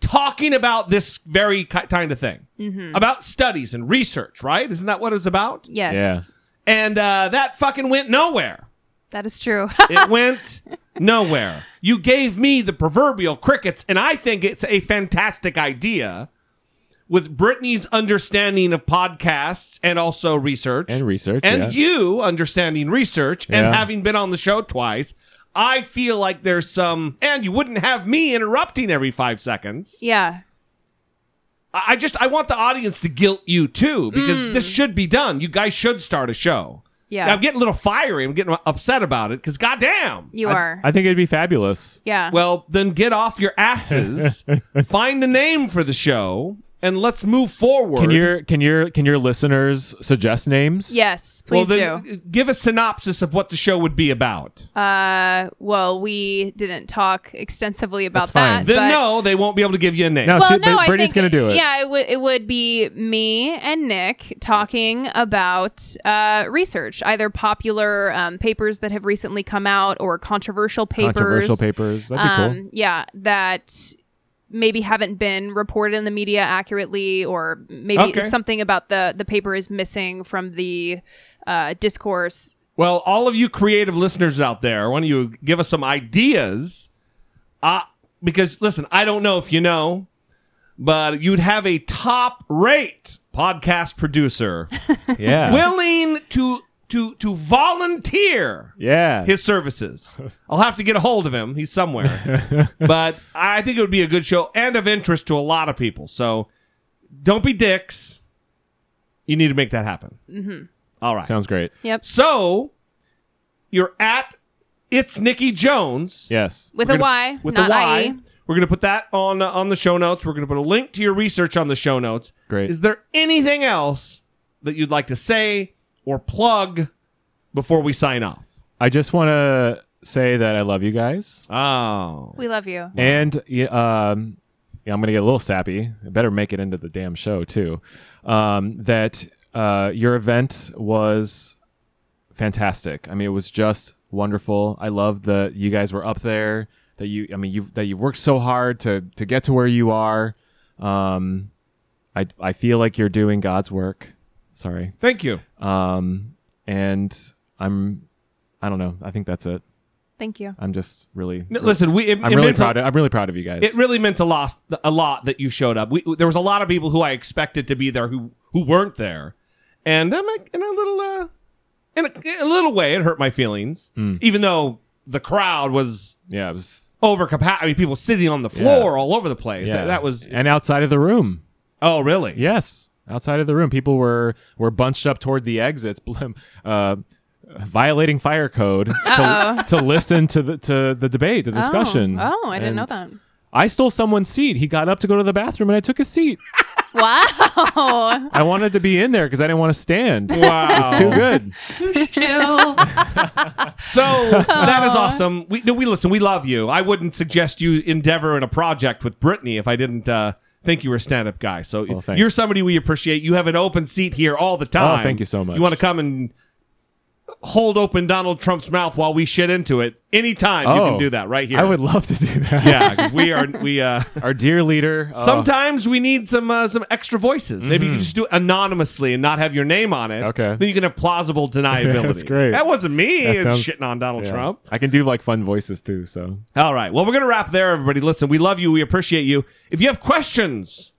Speaker 1: talking about this very ki- kind of thing
Speaker 4: Mm-hmm.
Speaker 1: about studies and research, right? Isn't that what it's about?
Speaker 3: Yes.
Speaker 4: yeah
Speaker 1: And uh, that fucking went nowhere.
Speaker 3: That is true.
Speaker 1: It went nowhere. You gave me the proverbial crickets, and I think it's a fantastic idea with Brittany's understanding of podcasts and also research.
Speaker 4: and research
Speaker 1: And
Speaker 4: yeah.
Speaker 1: you understanding research and
Speaker 4: Yeah.
Speaker 1: having been on the show twice, I feel like there's some. And you wouldn't have me interrupting every five seconds.
Speaker 3: yeah.
Speaker 1: I I just I want the audience to guilt you too because
Speaker 4: Mm.
Speaker 1: this should be done. You guys should start a show.
Speaker 3: Yeah.
Speaker 1: Now, I'm getting a little fiery. I'm getting upset about it because goddamn.
Speaker 3: You are.
Speaker 4: I, I think it'd be fabulous
Speaker 3: yeah.
Speaker 1: Well, then get off your asses. find a name for the show and let's move forward.
Speaker 4: can your can your can your listeners suggest names
Speaker 3: yes,
Speaker 1: well,
Speaker 3: please
Speaker 1: then
Speaker 3: do.
Speaker 1: uh, give a synopsis of what the show would be about.
Speaker 3: Uh, well, we didn't talk extensively about
Speaker 4: That's fine.
Speaker 3: that.
Speaker 1: then
Speaker 3: but-
Speaker 1: no, they won't be able to give you a name.
Speaker 4: No.
Speaker 3: Well,
Speaker 4: she-
Speaker 3: no,
Speaker 4: but
Speaker 3: I
Speaker 4: Brittany's
Speaker 3: think
Speaker 4: gonna do it.
Speaker 3: Yeah, it would it would be me and Nick talking about uh, research, either popular um, papers that have recently come out or controversial papers.
Speaker 4: controversial papers that'd be
Speaker 3: um, Yeah, that maybe haven't been reported in the media accurately, or maybe
Speaker 1: Okay.
Speaker 3: something about the the paper is missing from the uh, discourse.
Speaker 1: Well, all of you creative listeners out there, why don't you give us some ideas? Uh, because listen, I don't know if you know, but you'd have a top rate podcast producer
Speaker 4: cool yeah
Speaker 1: willing to to to volunteer
Speaker 4: yeah
Speaker 1: his services. I'll have to get a hold of him. He's somewhere. but I think it would be a good show and of interest to a lot of people. So don't be dicks. You need to make that happen. Mm-hmm. All right.
Speaker 4: sounds great
Speaker 3: Yep,
Speaker 1: So you're at it's Nikki Jones
Speaker 4: yes
Speaker 3: with
Speaker 1: We're
Speaker 3: a Y,
Speaker 1: gonna- with
Speaker 3: not E.
Speaker 1: a Y.
Speaker 3: IE.
Speaker 1: We're gonna put that on uh, on the show notes. We're gonna put a link to your research on the show notes.
Speaker 4: Great.
Speaker 1: Is there anything else that you'd like to say or plug before we sign off?
Speaker 4: I just want to say that I love you guys.
Speaker 1: Oh.
Speaker 3: We love you.
Speaker 4: And yeah, um, yeah, I'm going to get a little sappy. I better make it into the damn show, too. Um, that uh, your event was fantastic. I mean, it was just wonderful. I love that you guys were up there. That you, I mean, you that you've worked so hard to to get to where you are. Um, I I feel like you're doing God's work. Sorry.
Speaker 1: Thank you.
Speaker 4: Um, and I'm, I don't know. I think that's it.
Speaker 3: Thank you.
Speaker 4: I'm just really.
Speaker 1: N- Listen, we. It,
Speaker 4: I'm
Speaker 1: it
Speaker 4: really
Speaker 1: meant a-
Speaker 4: proud. Of, I'm really proud of you guys.
Speaker 1: it really meant a lot, a lot that you showed up. We, there was a lot of people who I expected to be there who who weren't there, and I'm like, in a little, uh, in a, in a little way, it hurt my feelings. Even though the crowd was
Speaker 4: yeah, it was.
Speaker 1: over capacity, I mean, people sitting on the floor all over the place.
Speaker 4: Yeah,
Speaker 1: That, that was.
Speaker 4: and outside of the room.
Speaker 1: Oh, really?
Speaker 4: Yes, outside of the room, people were were bunched up toward the exits, blim- uh, violating fire code to, to listen to the to the debate, the discussion.
Speaker 3: Oh, I didn't know
Speaker 4: And
Speaker 3: that.
Speaker 4: I stole someone's seat. He got up to go to the bathroom, and I took his seat.
Speaker 3: Wow.
Speaker 4: I wanted to be in there because I didn't want to stand.
Speaker 1: Wow.
Speaker 4: It's too good.
Speaker 1: So that is awesome. We no, we listen. We love you. I wouldn't suggest you endeavor in a project with Brittany if I didn't uh, think you were a stand-up guy. So
Speaker 4: Well, thanks. Oh,
Speaker 1: you're somebody we appreciate. You have an open seat here all the time.
Speaker 4: thank you so much.
Speaker 1: You want to come and hold open Donald Trump's mouth while we shit into it anytime. you can
Speaker 4: Oh,
Speaker 1: do that right here.
Speaker 4: I would love to do that.
Speaker 1: Yeah, 'cause we are we. Uh,
Speaker 4: Our dear leader. oh, Mm-hmm.
Speaker 1: Sometimes we need some uh, some extra voices. Maybe you can just do it anonymously and not have your name on it.
Speaker 4: Okay.
Speaker 1: then you can have plausible deniability.
Speaker 4: That's great.
Speaker 1: That wasn't me
Speaker 4: that sounds-
Speaker 1: shitting on Donald
Speaker 4: yeah.
Speaker 1: Trump.
Speaker 4: I can do like fun voices too. So
Speaker 1: All right. Well, we're going to wrap there, everybody. Listen, we love you. We appreciate you. If you have questions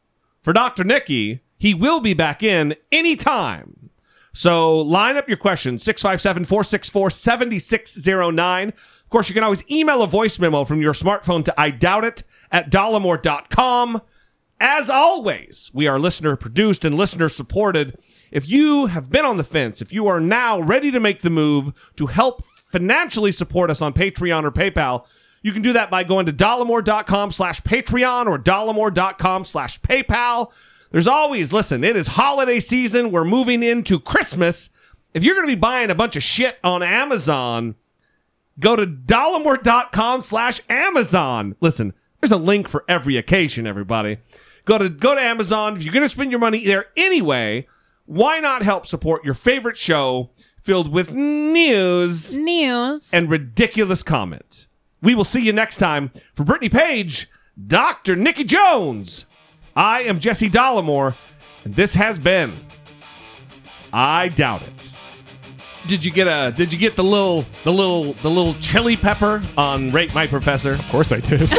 Speaker 1: for Dr. Nicky, he will be back in anytime. So line up your questions 657 464 7609. Of course, you can always email a voice memo from your smartphone to I doubt it at dollamore.com. As always, we are listener produced and listener supported. If you have been on the fence, if you are now ready to make the move to help financially support us on Patreon or PayPal, you can do that by going to dollamore.com slash Patreon or dollamore.com slash PayPal. There's always, listen, it is holiday season. We're moving into Christmas. If you're going to be buying a bunch of shit on Amazon, go to dollamore.com slash amazon listen there's a link for every occasion everybody go to go to amazon if you're going to spend your money there anyway why not help support your favorite show filled with news
Speaker 3: News.
Speaker 1: and ridiculous comment we will see you next time for brittany page dr nikki jones i am jesse dollimore and this has been i doubt it did you get a did you get the little the little the little chili pepper on rate my professor
Speaker 4: of course I did.